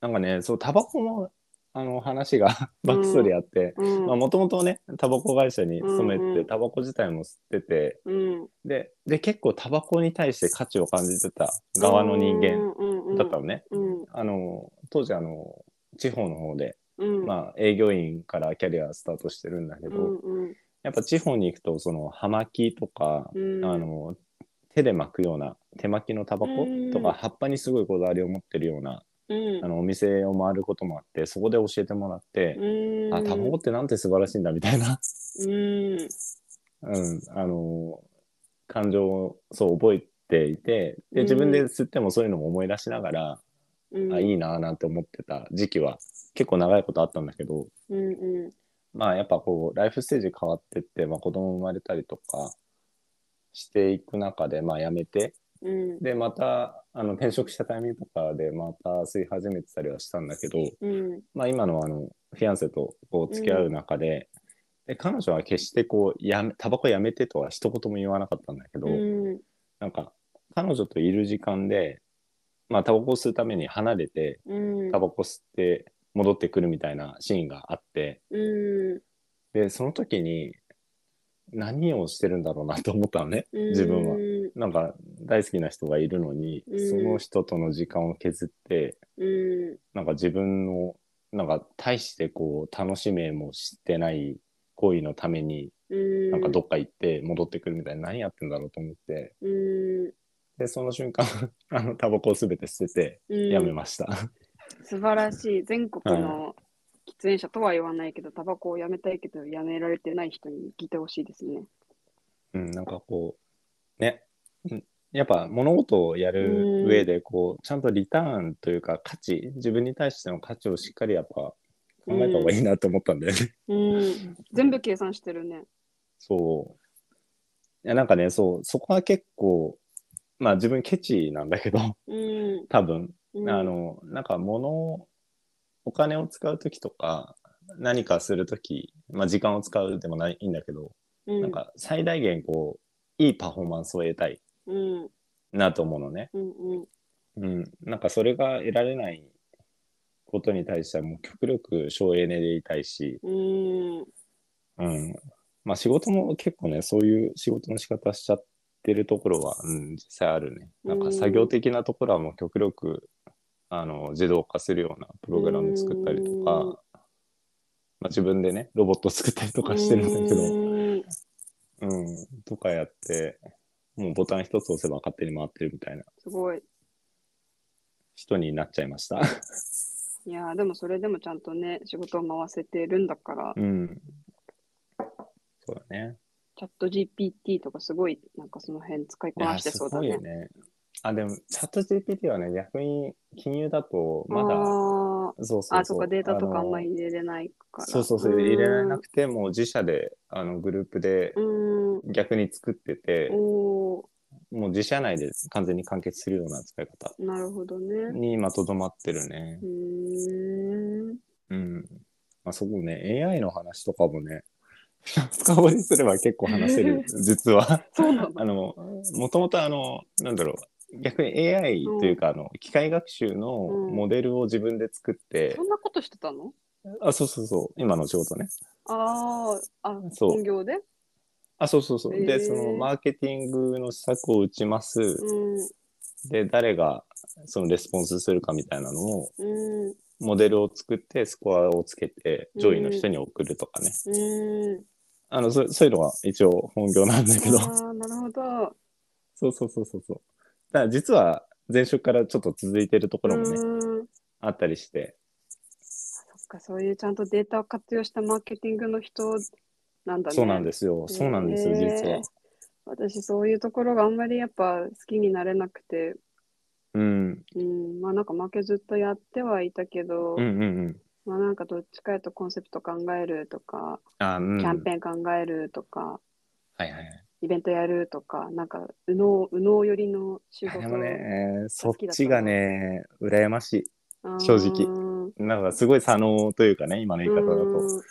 [SPEAKER 2] なんかねそうタバコもあの話が バックストーリーあって
[SPEAKER 1] うん
[SPEAKER 2] もともとねタバコ会社に勤めて、
[SPEAKER 1] うんうん
[SPEAKER 2] タバコ自体も吸ってて
[SPEAKER 1] うん、
[SPEAKER 2] でで結構タバコに対して価値を感じてた側の人間だったのね。
[SPEAKER 1] うん
[SPEAKER 2] あの当時あの地方の方で、
[SPEAKER 1] うんあ
[SPEAKER 2] まあ、営業員からキャリアスタートしてるんだけ
[SPEAKER 1] う
[SPEAKER 2] ど、
[SPEAKER 1] んうん
[SPEAKER 2] やっぱ地方に行くとその葉巻とか、
[SPEAKER 1] うん、
[SPEAKER 2] あの手で巻くような手巻きのタバコと
[SPEAKER 1] うん
[SPEAKER 2] か葉っぱにすごいこだわりを持ってるような、
[SPEAKER 1] うん、
[SPEAKER 2] あのお店を回ることもあってそこで教えてもらって、
[SPEAKER 1] うん、
[SPEAKER 2] あタバコってなんて素晴らしいんだみたいな、
[SPEAKER 1] うん
[SPEAKER 2] うん、あの感情をそう覚えていてで自分で吸ってもそういうのも思い出しながら、
[SPEAKER 1] うん、
[SPEAKER 2] あいいなーなんて思ってた時期は結構長いことあったんだけど
[SPEAKER 1] うんうん
[SPEAKER 2] まあやっぱこうライフステージ変わってって、まあ、子供生まれたりとかしていく中でまあやめて
[SPEAKER 1] うん
[SPEAKER 2] でまたあの転職したタイミングとかでまた吸い始めてたりはしたんだけど、
[SPEAKER 1] うん
[SPEAKER 2] まあ、今のあのフィアンセとこう付き合う中で,、で彼女は決してこうやめタバコやめてとは一言も言わなかったんだけど、
[SPEAKER 1] うん
[SPEAKER 2] なんか彼女といる時間で、まあ、タバコを吸うために離れて
[SPEAKER 1] うん
[SPEAKER 2] タバコ吸って戻ってくるみたいなシーンがあって
[SPEAKER 1] うん
[SPEAKER 2] でその時に何をしてるんだろうなと思ったのね
[SPEAKER 1] うん
[SPEAKER 2] 自分は
[SPEAKER 1] うん
[SPEAKER 2] なんか大好きな人がいるのに、
[SPEAKER 1] うん
[SPEAKER 2] その人との時間を削って
[SPEAKER 1] うん
[SPEAKER 2] なんか自分のなんか大してこう楽しめもしてない行為のために
[SPEAKER 1] うん
[SPEAKER 2] なんかどっか行って戻ってくるみたいな、何やってんだろうと思って
[SPEAKER 1] うん
[SPEAKER 2] でその瞬間 あのタバコを全て捨てて
[SPEAKER 1] うん
[SPEAKER 2] やめました、
[SPEAKER 1] 素晴らしい全国の喫煙者とは言わないけど、タバコをやめたいけどやめられてない人に聞いてほしいですね。
[SPEAKER 2] うん、なんかこうねうんやっぱ物事をやる上でこう、ちゃんとリターンというか価値自分に対しての価値をしっかりやっぱ考えた方がいいなと思ったんだよね。
[SPEAKER 1] うん、全部計算してるね。
[SPEAKER 2] そういやなんかねそうそこは結構まあ自分ケチなんだけど
[SPEAKER 1] うん
[SPEAKER 2] 多分、
[SPEAKER 1] うん、
[SPEAKER 2] あのなんか物をお金を使う時とか何かする時、まあ、時間を使うでもないいいんだけど、
[SPEAKER 1] うん、
[SPEAKER 2] なんか最大限こういいパフォーマンスを得たい
[SPEAKER 1] うん
[SPEAKER 2] なと思うのね。
[SPEAKER 1] うんうん
[SPEAKER 2] うん、なんかそれが得られないことに対してはもう極力省エネでいたいし、
[SPEAKER 1] うん
[SPEAKER 2] うんまあ、仕事も結構ねそういう仕事の仕方しちゃってるところは、うん、実際あるねなん
[SPEAKER 1] う
[SPEAKER 2] か
[SPEAKER 1] ん
[SPEAKER 2] 作業的なところはもう極力あの自動化するようなプログラム作ったりとか、
[SPEAKER 1] うん
[SPEAKER 2] まあ、自分でねロボット作ったりとかしてるんだけど、
[SPEAKER 1] うん
[SPEAKER 2] うん、とかやってもうボタン一つ押せば勝手に回ってるみたいな
[SPEAKER 1] すごい。
[SPEAKER 2] 人になっちゃいました。
[SPEAKER 1] いやーでもそれでもちゃんとね仕事を回せてるんだから、
[SPEAKER 2] うんそうだね。
[SPEAKER 1] チャット GPT とかすごいなんかその辺使い
[SPEAKER 2] い
[SPEAKER 1] こな
[SPEAKER 2] や
[SPEAKER 1] して
[SPEAKER 2] す
[SPEAKER 1] そうだ
[SPEAKER 2] ごい
[SPEAKER 1] ね
[SPEAKER 2] よ。ね。あ、でも、チャット GPT はね、逆に金融だと、ま
[SPEAKER 1] あー
[SPEAKER 2] だ、そうそうそう。
[SPEAKER 1] あ、そっか、データとかあんまり
[SPEAKER 2] の
[SPEAKER 1] 入れれないから。
[SPEAKER 2] そうそうそう、入れられなくて、もう自社で、あの、グループで
[SPEAKER 1] う、ん。うん
[SPEAKER 2] 逆に作ってて、
[SPEAKER 1] お
[SPEAKER 2] もう自社内で完全に完結するような使い方
[SPEAKER 1] ーなるほどね。
[SPEAKER 2] に今とどまってるね
[SPEAKER 1] う。ーん。
[SPEAKER 2] うん。まあ、そこね、AI の話とかもね、 深掘りすれば結構話せる、実は。
[SPEAKER 1] そうなの。
[SPEAKER 2] あの、もともとあの、なんだろう、逆に AI というか、あの、機械学習の
[SPEAKER 1] うん
[SPEAKER 2] モデルを自分で作って
[SPEAKER 1] そ、んなことしてたの
[SPEAKER 2] あ、そうそうそう、今の仕事ね。
[SPEAKER 1] ああ、あ、
[SPEAKER 2] そう
[SPEAKER 1] 本業で
[SPEAKER 2] あ、そうそうそう。
[SPEAKER 1] へ
[SPEAKER 2] で、
[SPEAKER 1] ー
[SPEAKER 2] その、マーケティングの施策を打ちます。
[SPEAKER 1] うん。
[SPEAKER 2] で、誰が、その、レスポンスするかみたいなのを、
[SPEAKER 1] うん。
[SPEAKER 2] モデルを作って、スコアをつけて、上位の人に送るとかね。
[SPEAKER 1] うん。
[SPEAKER 2] あの、そそういうのは一応本業なんだけど、
[SPEAKER 1] ああ、なるほど。
[SPEAKER 2] そうそうそうそうそう。だから実は、前職からちょっと続いてるところもね、
[SPEAKER 1] うん。
[SPEAKER 2] あったりして、
[SPEAKER 1] そっか、そういうちゃんとデータを活用したマーケティングの人なんだね。。
[SPEAKER 2] そうなんですすよ。そうなんですよ、
[SPEAKER 1] へー
[SPEAKER 2] 実は。
[SPEAKER 1] 私、そういうところがあんまりやっぱ好きになれなくて、
[SPEAKER 2] うん。
[SPEAKER 1] うん、まあなんか負けずっとやってはいたけど、
[SPEAKER 2] うんうんうん。
[SPEAKER 1] まあなんかどっちかいうとコンセプト考えるとか、
[SPEAKER 2] あ、うん。
[SPEAKER 1] キャンペーン考えるとか、
[SPEAKER 2] はいはいはい。
[SPEAKER 1] イベントやるとか、なんか右脳右脳寄りの仕
[SPEAKER 2] いや
[SPEAKER 1] 事
[SPEAKER 2] でもね、そっ
[SPEAKER 1] 好きだったな
[SPEAKER 2] ちがね、羨ましい。
[SPEAKER 1] うーん
[SPEAKER 2] 正直なんかすごい左脳というかね今の言い方だと
[SPEAKER 1] うん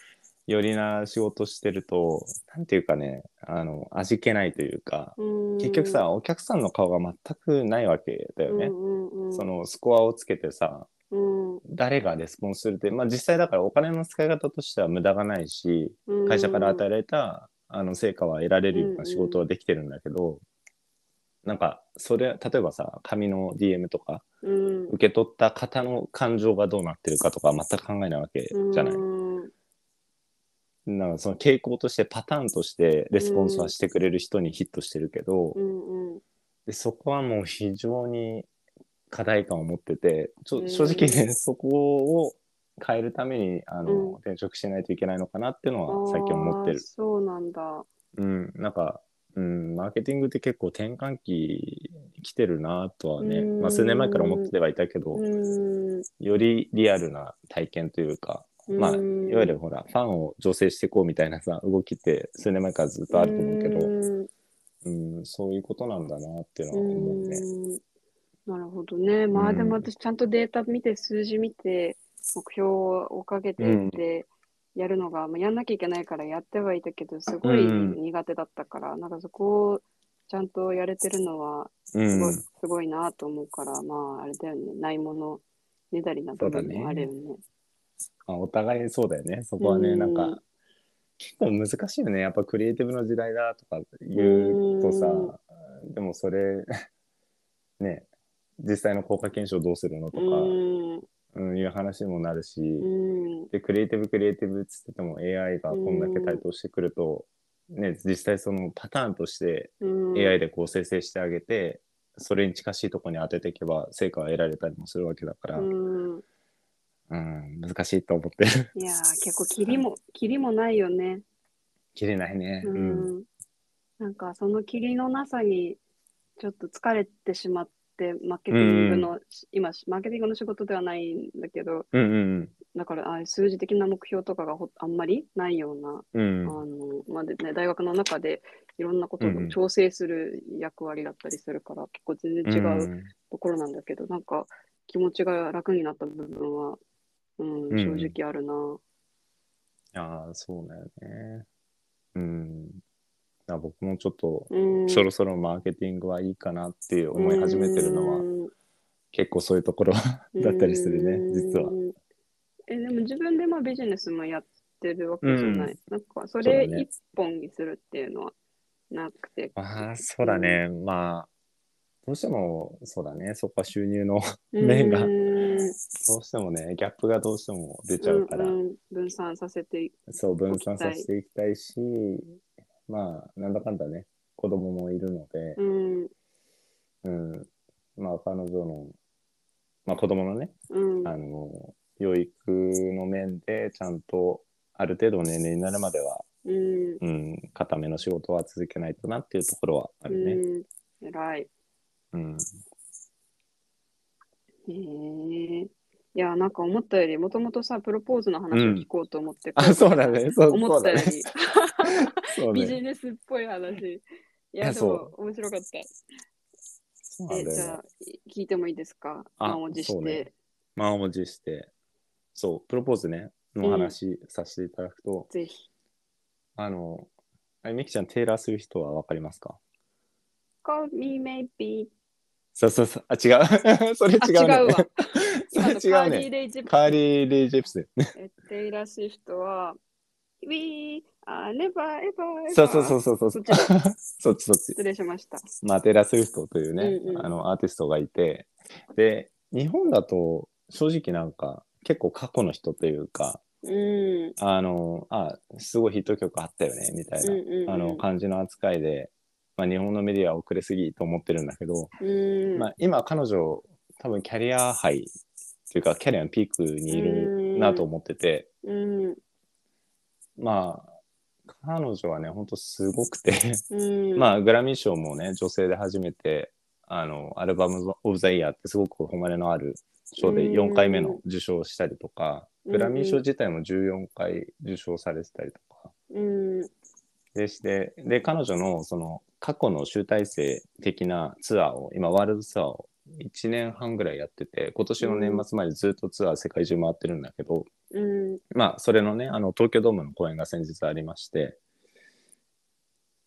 [SPEAKER 2] よりな仕事してるとなんていうかねあの味気ないというか
[SPEAKER 1] うん
[SPEAKER 2] 結局さお客さんの顔が全くないわけだよね、
[SPEAKER 1] うんうんうん
[SPEAKER 2] そのスコアをつけてさ
[SPEAKER 1] うん
[SPEAKER 2] 誰がレスポンスするって、まあ、実際だからお金の使い方としては無駄がないし
[SPEAKER 1] うん
[SPEAKER 2] 会社から与えられたあの成果は得られるような仕事はできてるんだけど、なんかそれ例えばさ紙の DM とか
[SPEAKER 1] うん
[SPEAKER 2] 受け取った方の感情がどうなってるかとか全く考えないわけじゃない。
[SPEAKER 1] うん
[SPEAKER 2] なんかその傾向としてパターンとしてレスポンスはしてくれる人にヒットしてるけど、
[SPEAKER 1] うんうん
[SPEAKER 2] でそこはもう非常に課題感を持っててち
[SPEAKER 1] う
[SPEAKER 2] ょ
[SPEAKER 1] ん
[SPEAKER 2] 正直ね、そこを変えるためにあの、
[SPEAKER 1] うん
[SPEAKER 2] 転職しないといけないのかなっていうのは最近思って
[SPEAKER 1] あー
[SPEAKER 2] る。
[SPEAKER 1] そうなんだ。
[SPEAKER 2] うん、なんか、うん、マーケティングって結構転換期来てるなとはね、
[SPEAKER 1] うん
[SPEAKER 2] まあ、数年前から思ってはいたけど、
[SPEAKER 1] うん
[SPEAKER 2] よりリアルな体験というか、まあ、い
[SPEAKER 1] うん
[SPEAKER 2] わゆるほらファンを醸成していこうみたいなさ動きって数年前からずっとあると思うけど、
[SPEAKER 1] うん
[SPEAKER 2] うん、そういうことなんだなっていうのは思うね。
[SPEAKER 1] うんなるほどね。まあ
[SPEAKER 2] うん
[SPEAKER 1] でも私ちゃんとデータ見て数字見て目標をかけてってやるのが、まあ、やんなきゃいけないからやってはいたけどすごい
[SPEAKER 2] うん
[SPEAKER 1] 苦手だったから、なんかそこをちゃんとやれてるのは
[SPEAKER 2] う
[SPEAKER 1] すごい,、
[SPEAKER 2] ん、
[SPEAKER 1] すごいなと思うからまああれだよねないものねだりな部分もあるよね。
[SPEAKER 2] まあお互いそうだよねそこはね、
[SPEAKER 1] うん
[SPEAKER 2] なんか結構難しいよねやっぱクリエイティブの時代だとか言うとさ、でもそれ ね実際の効果検証どうするのとか、
[SPEAKER 1] うん
[SPEAKER 2] うん、いう話にもなるし、
[SPEAKER 1] うん
[SPEAKER 2] でクリエイティブクリエイティブっつってても AI がこんだけ台頭してくると、ね、実際そのパターンとして
[SPEAKER 1] うん
[SPEAKER 2] AI でこう生成してあげて、それに近しいところに当てていけば成果は得られたりもするわけだから、うん
[SPEAKER 1] うん
[SPEAKER 2] 難しいと思ってる
[SPEAKER 1] いやー結構キリもキリもないよね。
[SPEAKER 2] 切れないね。
[SPEAKER 1] う
[SPEAKER 2] うん
[SPEAKER 1] んなんかその霧のなさにちょっと疲れてしまってマーケティングの、今マーケティングの仕事ではないんだけど
[SPEAKER 2] うんうん
[SPEAKER 1] だからああいう数字的な目標とかがほあんまりないような、
[SPEAKER 2] うん
[SPEAKER 1] あのまあでね、大学の中でいろんなこと
[SPEAKER 2] うんうん
[SPEAKER 1] を調整する役割だったりするから、結構全然違う
[SPEAKER 2] うん
[SPEAKER 1] ところなんだけど、なんか気持ちが楽になった部分は、うん
[SPEAKER 2] うんうん
[SPEAKER 1] 正直あるな。
[SPEAKER 2] ああそうだよね。うん。だから僕もちょっと、
[SPEAKER 1] うん、
[SPEAKER 2] そろそろマーケティングはいいかなっていう思い始めてるのは、
[SPEAKER 1] うん
[SPEAKER 2] 結構そういうところだったりする
[SPEAKER 1] う
[SPEAKER 2] ね
[SPEAKER 1] ん
[SPEAKER 2] 実は。。
[SPEAKER 1] えでも自分でまあビジネスもやってるわけじゃない。
[SPEAKER 2] う
[SPEAKER 1] なんかそ
[SPEAKER 2] そうだ
[SPEAKER 1] れ
[SPEAKER 2] ね
[SPEAKER 1] 一本にするっていうのはなくて。
[SPEAKER 2] ああそうだね、まあどうしてもそうだねそこは収 入の面が
[SPEAKER 1] うん
[SPEAKER 2] どうしてもねギャップがどうしても出ちゃうから、
[SPEAKER 1] うんうん分散させてい
[SPEAKER 2] そう分散させていきたいしまあなんだかんだね子供もいるので、
[SPEAKER 1] うん
[SPEAKER 2] うんまあ彼女の、まあ、子供のね
[SPEAKER 1] うん
[SPEAKER 2] あの養育の面でちゃんとある程度の年齢になるまでは、
[SPEAKER 1] うん
[SPEAKER 2] うん、固めの仕事は続けないとなっていうところはあるね。
[SPEAKER 1] うん偉い。
[SPEAKER 2] うん
[SPEAKER 1] へえ。いやなんか思ったよりもともとさプロポーズの話を聞こうと思って、
[SPEAKER 2] あそうだ ねそう
[SPEAKER 1] 思ってたよ
[SPEAKER 2] そうだね
[SPEAKER 1] り
[SPEAKER 2] そ う
[SPEAKER 1] ビ
[SPEAKER 2] ね
[SPEAKER 1] ジネスっぽい話。い
[SPEAKER 2] いや
[SPEAKER 1] やでも面白かった。
[SPEAKER 2] そうな
[SPEAKER 1] え
[SPEAKER 2] んだ
[SPEAKER 1] じ
[SPEAKER 2] よ
[SPEAKER 1] ゃ
[SPEAKER 2] ね
[SPEAKER 1] あ聞いてもいいですか
[SPEAKER 2] あ
[SPEAKER 1] 満を持
[SPEAKER 2] そ
[SPEAKER 1] し
[SPEAKER 2] うね
[SPEAKER 1] て、
[SPEAKER 2] 満を持してそうプロポーズねの話させていただくと、
[SPEAKER 1] ぜひ
[SPEAKER 2] あのあれみきちゃんテーラーする人はわかりますか
[SPEAKER 1] Call me maybe
[SPEAKER 2] そうそうそうあ違う それ違
[SPEAKER 1] あ違う
[SPEAKER 2] う、ね、
[SPEAKER 1] わ
[SPEAKER 2] それ
[SPEAKER 1] 今の
[SPEAKER 2] 違
[SPEAKER 1] カー
[SPEAKER 2] う
[SPEAKER 1] リー・
[SPEAKER 2] ね
[SPEAKER 1] レイジ
[SPEAKER 2] カーリー・レイ・ジェプス
[SPEAKER 1] えテイラー・スウィフトは We are never ever
[SPEAKER 2] そうそうそううそうそうそ
[SPEAKER 1] そ
[SPEAKER 2] っ
[SPEAKER 1] っ
[SPEAKER 2] ち
[SPEAKER 1] ち
[SPEAKER 2] そっちそっち
[SPEAKER 1] 失礼しました
[SPEAKER 2] まあ、テイラー・スウィフトというね、
[SPEAKER 1] うんうん
[SPEAKER 2] あのアーティストがいてで日本だと正直なんか結構過去の人というか
[SPEAKER 1] うんうん
[SPEAKER 2] あのあすごいヒット曲あったよねみたいな、
[SPEAKER 1] うんうん
[SPEAKER 2] あの感じの扱いで、まあ、日本のメディアは遅れすぎと思ってるんだけど、
[SPEAKER 1] うん
[SPEAKER 2] まあ、今彼女多分キャリアハイというかキャリアのピークにいるなと思ってて、
[SPEAKER 1] うん
[SPEAKER 2] まあ彼女はねほんとすごくて。
[SPEAKER 1] うん
[SPEAKER 2] まあ、グラミー賞もね女性で初めてあのアルバム・オブ・ザ・イヤーってすごく誉れのある賞で
[SPEAKER 1] うん
[SPEAKER 2] 4回目の受賞をしたりとか、
[SPEAKER 1] うん
[SPEAKER 2] グラミー賞自体も14回受賞されてたりとか
[SPEAKER 1] うん
[SPEAKER 2] でしてで彼女のその過去の集大成的なツアーを今ワールドツアーを1年半ぐらいやってて今年の年末までずっとツアー世界中回ってるんだけど、
[SPEAKER 1] うん。
[SPEAKER 2] まあそれのねあの東京ドームの公演が先日ありまして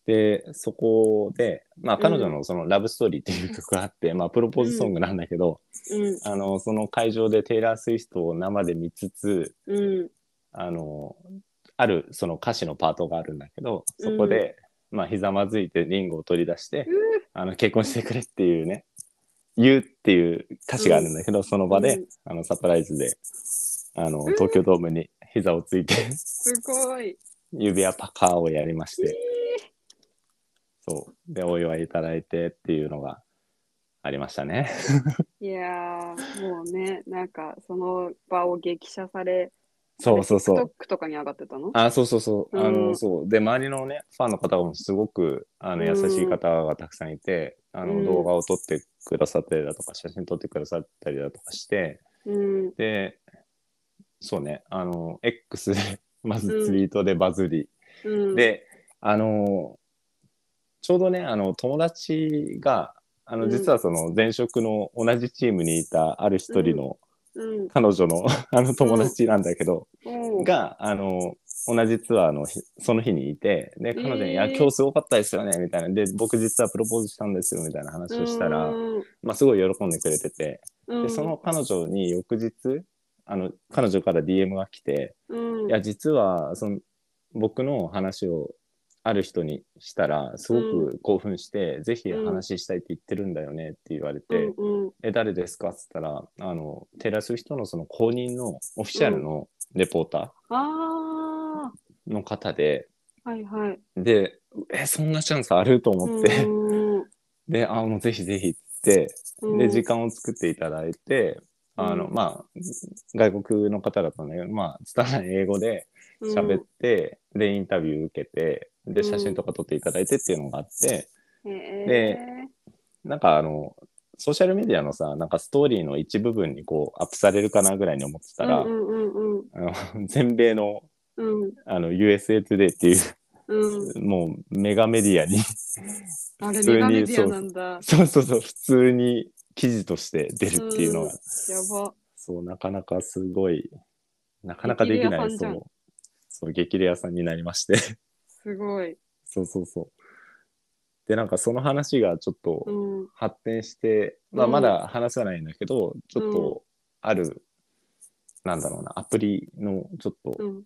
[SPEAKER 2] でそこで、まあ、彼女のその「ラブストーリー」っていう曲があって、まあ、プロポーズソングなんだけど、
[SPEAKER 1] うん。
[SPEAKER 2] あのその会場でテイラー・スウィフトを生で見つつ
[SPEAKER 1] うん。
[SPEAKER 2] あのあるその歌詞のパートがあるんだけどそこで、まあひざまずいてリンゴを取り出してあの結婚してくれっていうね言うっていう歌詞があるんだけど、その場で、
[SPEAKER 1] うん
[SPEAKER 2] あのサプライズであの
[SPEAKER 1] うん
[SPEAKER 2] 東京ドームに膝をついて、
[SPEAKER 1] すごい。
[SPEAKER 2] 指輪パカーをやりまして、そうでお祝いいただいてっていうのがありましたね。
[SPEAKER 1] いやー、もうね、なんかその場を激写され、
[SPEAKER 2] そうそうそう
[SPEAKER 1] TikTok とかに上がってたの
[SPEAKER 2] あそうそうそう、あ
[SPEAKER 1] う
[SPEAKER 2] の
[SPEAKER 1] ん
[SPEAKER 2] そうで周りのねファンの方もすごくあの
[SPEAKER 1] うん
[SPEAKER 2] 優しい方がたくさんいて、あ
[SPEAKER 1] う
[SPEAKER 2] の
[SPEAKER 1] ん
[SPEAKER 2] 動画を撮ってくださったりだとか写真撮ってくださったりだとかして
[SPEAKER 1] うん。
[SPEAKER 2] でそうねあの X でまずツイートでバズり、
[SPEAKER 1] うん、
[SPEAKER 2] であのちょうどねあの友達があ
[SPEAKER 1] う
[SPEAKER 2] の
[SPEAKER 1] ん
[SPEAKER 2] 実はその前職の同じチームにいたある一人の
[SPEAKER 1] うん。
[SPEAKER 2] 彼女の あの友達なんだけど、
[SPEAKER 1] おう
[SPEAKER 2] が、あの、同じツアーの日その日にいて、で、彼女に、
[SPEAKER 1] えー
[SPEAKER 2] いや、今日すごかったですよね、みたいな。で、僕実はプロポーズしたんですよ、みたいな話をしたら、
[SPEAKER 1] うん
[SPEAKER 2] まあ、すごい喜んでくれてて、
[SPEAKER 1] うん
[SPEAKER 2] で、その彼女に翌日、あの、彼女から DM が来て、
[SPEAKER 1] うん
[SPEAKER 2] いや、実は、その、僕の話を、ある人にしたら、すごく興奮して、ぜひ話したいって言ってるんだよねって言われて、
[SPEAKER 1] うん
[SPEAKER 2] え、誰ですかっつったら、あの、テラス人のその公認のオフィシャルのレポーター、
[SPEAKER 1] うん、あ
[SPEAKER 2] の方で、
[SPEAKER 1] あ、はいはい。
[SPEAKER 2] で、え、そんなチャンスあると思って、
[SPEAKER 1] うん
[SPEAKER 2] で、あ、もうぜひぜひって、
[SPEAKER 1] うん
[SPEAKER 2] で、時間を作っていただいて、あの、
[SPEAKER 1] うん
[SPEAKER 2] まあ、外国の方だったんだけど、まあ、つたない英語で喋って、で、インタビュー受けて、で、写真とか撮っていただいてっていうのがあって、
[SPEAKER 1] うんへ
[SPEAKER 2] でなんかあの、ソーシャルメディアのさ、なんかストーリーの一部分にこう、アップされるかなぐらいに思って
[SPEAKER 1] ー
[SPEAKER 2] たら、
[SPEAKER 1] うんうんうん
[SPEAKER 2] あの全米の、
[SPEAKER 1] うんうん
[SPEAKER 2] あの、USA Today っていう、
[SPEAKER 1] うん、
[SPEAKER 2] もうメガメデ ィアに
[SPEAKER 1] あれ
[SPEAKER 2] 普通に
[SPEAKER 1] メガメディアなんだ。
[SPEAKER 2] そうそうそう、普通に記事として出るっていうの
[SPEAKER 1] うん
[SPEAKER 2] が、
[SPEAKER 1] やば。
[SPEAKER 2] そう、なかなかすごい、なかなかできな
[SPEAKER 1] 激レア
[SPEAKER 2] い、
[SPEAKER 1] さんじ
[SPEAKER 2] そ
[SPEAKER 1] ゃん
[SPEAKER 2] う、そう、激レアさんになりまして、
[SPEAKER 1] すごい。
[SPEAKER 2] そうそうそう。で、なんかその話がちょっと
[SPEAKER 1] うん。
[SPEAKER 2] 発展して、まあ
[SPEAKER 1] うん
[SPEAKER 2] まだ話せないんだけど、ちょっとある、なんだろうな、アプリのちょっと
[SPEAKER 1] うん。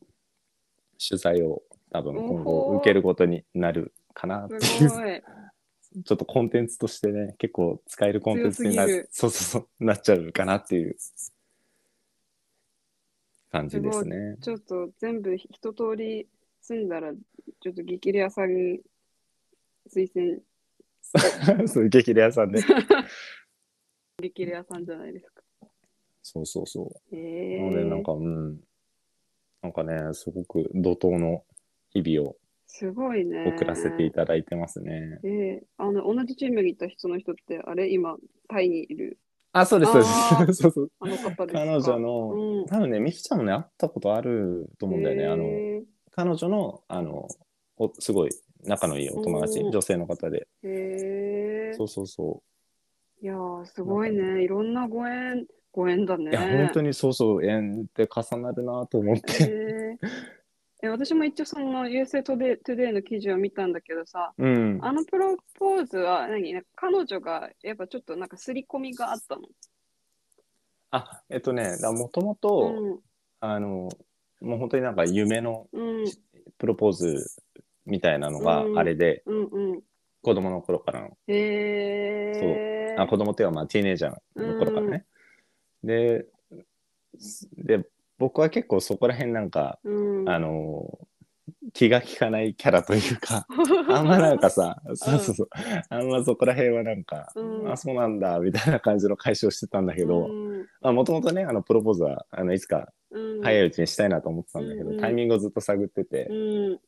[SPEAKER 2] 取材を多分今
[SPEAKER 1] お
[SPEAKER 2] 後
[SPEAKER 1] ほ
[SPEAKER 2] 受けることになるかなってい
[SPEAKER 1] す
[SPEAKER 2] う
[SPEAKER 1] ごい。
[SPEAKER 2] ちょっとコンテンツとしてね、結構使えるコンテンツにな
[SPEAKER 1] 強すぎる
[SPEAKER 2] そうそうそうなっちゃうかなっていう感じですね。
[SPEAKER 1] ちょっと全部一通り済んだら、ちょっと激レアさんに推薦、
[SPEAKER 2] そういう激レア さんで。
[SPEAKER 1] 激レアさんじゃないですか。
[SPEAKER 2] そうそうそ
[SPEAKER 1] へ
[SPEAKER 2] う。
[SPEAKER 1] え
[SPEAKER 2] なので、なんか、うん。なんかね、すごく怒涛の日々を
[SPEAKER 1] すごいね。
[SPEAKER 2] 送らせていただいてますね。
[SPEAKER 1] ええあの、同じチームに行った人の人って、あれ今、タイにいる、
[SPEAKER 2] あ、そうです、そうです。 そうそう。
[SPEAKER 1] あの方ですか
[SPEAKER 2] 彼女の、
[SPEAKER 1] うん。
[SPEAKER 2] 多分ね、ミキちゃんもね、会ったことあると思うんだよね。あの、彼女の、あの、おすごい仲のいいお友達、
[SPEAKER 1] うん
[SPEAKER 2] 女性の方で。
[SPEAKER 1] へえ。へえ
[SPEAKER 2] そうそうそ
[SPEAKER 1] い
[SPEAKER 2] う。
[SPEAKER 1] やー、すごいね。いろんなご縁、ご縁だね。
[SPEAKER 2] いや、本当にそうそう、縁って重なるなと思って。
[SPEAKER 1] へーえ私も一応その USA トデトゥデイの記事を見たんだけどさ、
[SPEAKER 2] うん。
[SPEAKER 1] あのプロポーズは何なんか彼女がやっぱちょっとなんか刷り込みがあったの。
[SPEAKER 2] あ、えっとね、もともと、あの、もう本当になんか夢の
[SPEAKER 1] うんうん
[SPEAKER 2] プロポーズみたいなのが
[SPEAKER 1] うん
[SPEAKER 2] あれで、
[SPEAKER 1] うんうん。
[SPEAKER 2] 子供の頃からの、
[SPEAKER 1] へー
[SPEAKER 2] あ、子供っていうかまあティーネイジャーの頃からね。で、で、僕は結構そこら辺なんか、
[SPEAKER 1] うん。
[SPEAKER 2] あの、気が利かないキャラとい うか、あんま
[SPEAKER 1] ま
[SPEAKER 2] なんかさ、そうそうそう、あんまそこら辺はなんか、
[SPEAKER 1] うん
[SPEAKER 2] あ、そうなんだ、みたいな感じの解消してたんだけど、
[SPEAKER 1] うん
[SPEAKER 2] まあ、もともとね、あの、プロポーズは、あの、いつか
[SPEAKER 1] うん、
[SPEAKER 2] 早いうちにしたいなと思ってたんだけど、
[SPEAKER 1] うんうん
[SPEAKER 2] タイミングをずっと探ってて
[SPEAKER 1] う、ん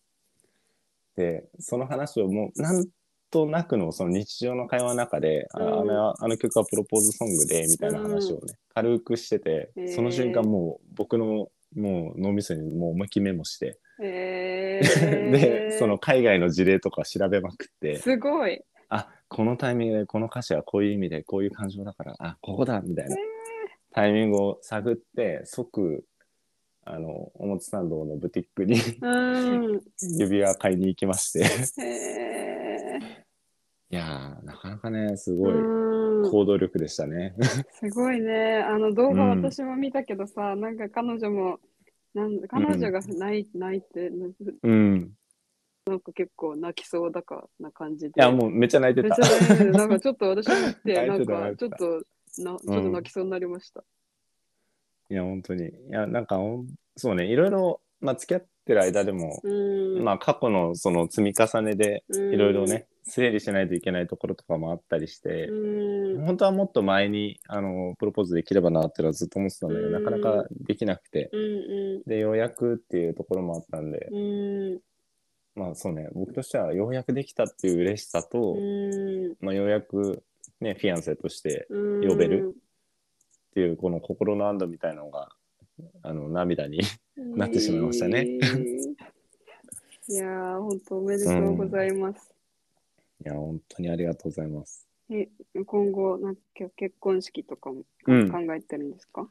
[SPEAKER 2] で、その話をもう、なんとなくの、その日常の会話の中で、あ
[SPEAKER 1] うん
[SPEAKER 2] あのあの曲はプロポーズソングで、みたいな話をね、軽くしてて
[SPEAKER 1] へー、
[SPEAKER 2] その瞬間もう、僕の、もう脳みそにもう思いっきりメモして、
[SPEAKER 1] へー
[SPEAKER 2] で、その海外の事例とか調べまくって、
[SPEAKER 1] すごい。
[SPEAKER 2] あこのタイミングでこの歌詞はこういう意味でこういう感情だからあここだみたいな
[SPEAKER 1] へー
[SPEAKER 2] タイミングを探って即あの表参道のブティックに
[SPEAKER 1] うん。
[SPEAKER 2] 指輪買いに行きまして
[SPEAKER 1] へー
[SPEAKER 2] いやーなかなかねすごい
[SPEAKER 1] うん
[SPEAKER 2] 行動力でしたね。
[SPEAKER 1] すごいね。あの動画
[SPEAKER 2] うん
[SPEAKER 1] 私も見たけどさ、なんか彼女も、なん彼女が泣い泣いて、
[SPEAKER 2] うん、
[SPEAKER 1] なんか結構泣きそうだかな感じで。
[SPEAKER 2] いやもうめっちゃ泣いて
[SPEAKER 1] めったち。ゃ泣いてるなんかちょっと私見て、な
[SPEAKER 2] 泣
[SPEAKER 1] ん
[SPEAKER 2] いてた
[SPEAKER 1] かちょっとな、ちょっと泣きそうになりました。
[SPEAKER 2] いや本当にいやなんかほんそうねいろいろ、まあ、付き合ってる間でも、
[SPEAKER 1] うん。
[SPEAKER 2] まあ、過去のその積み重ねで
[SPEAKER 1] うん
[SPEAKER 2] いろいろね、。整理しないといけないところとかもあったりして
[SPEAKER 1] う、ん。
[SPEAKER 2] 本当はもっと前にあのプロポーズできればなってのはずっと思ってたんだけど、
[SPEAKER 1] うん
[SPEAKER 2] なかなかできなくて
[SPEAKER 1] うんう
[SPEAKER 2] でようやくっていうところもあったんで、
[SPEAKER 1] ん。うん。
[SPEAKER 2] まあそうね僕としてはようやくできたっていう嬉しさと、
[SPEAKER 1] うん。
[SPEAKER 2] まあ、ようやく、ね、フィアンセとして
[SPEAKER 1] うん
[SPEAKER 2] 呼べるっていうこの心の安堵みたいなのがあの涙に なってしまいましたね
[SPEAKER 1] えーいやー、本当おめでとうございます。
[SPEAKER 2] いや本当にありがとうございます。
[SPEAKER 1] 今後、なんか結婚式とかも考
[SPEAKER 2] うん
[SPEAKER 1] えてるんですか、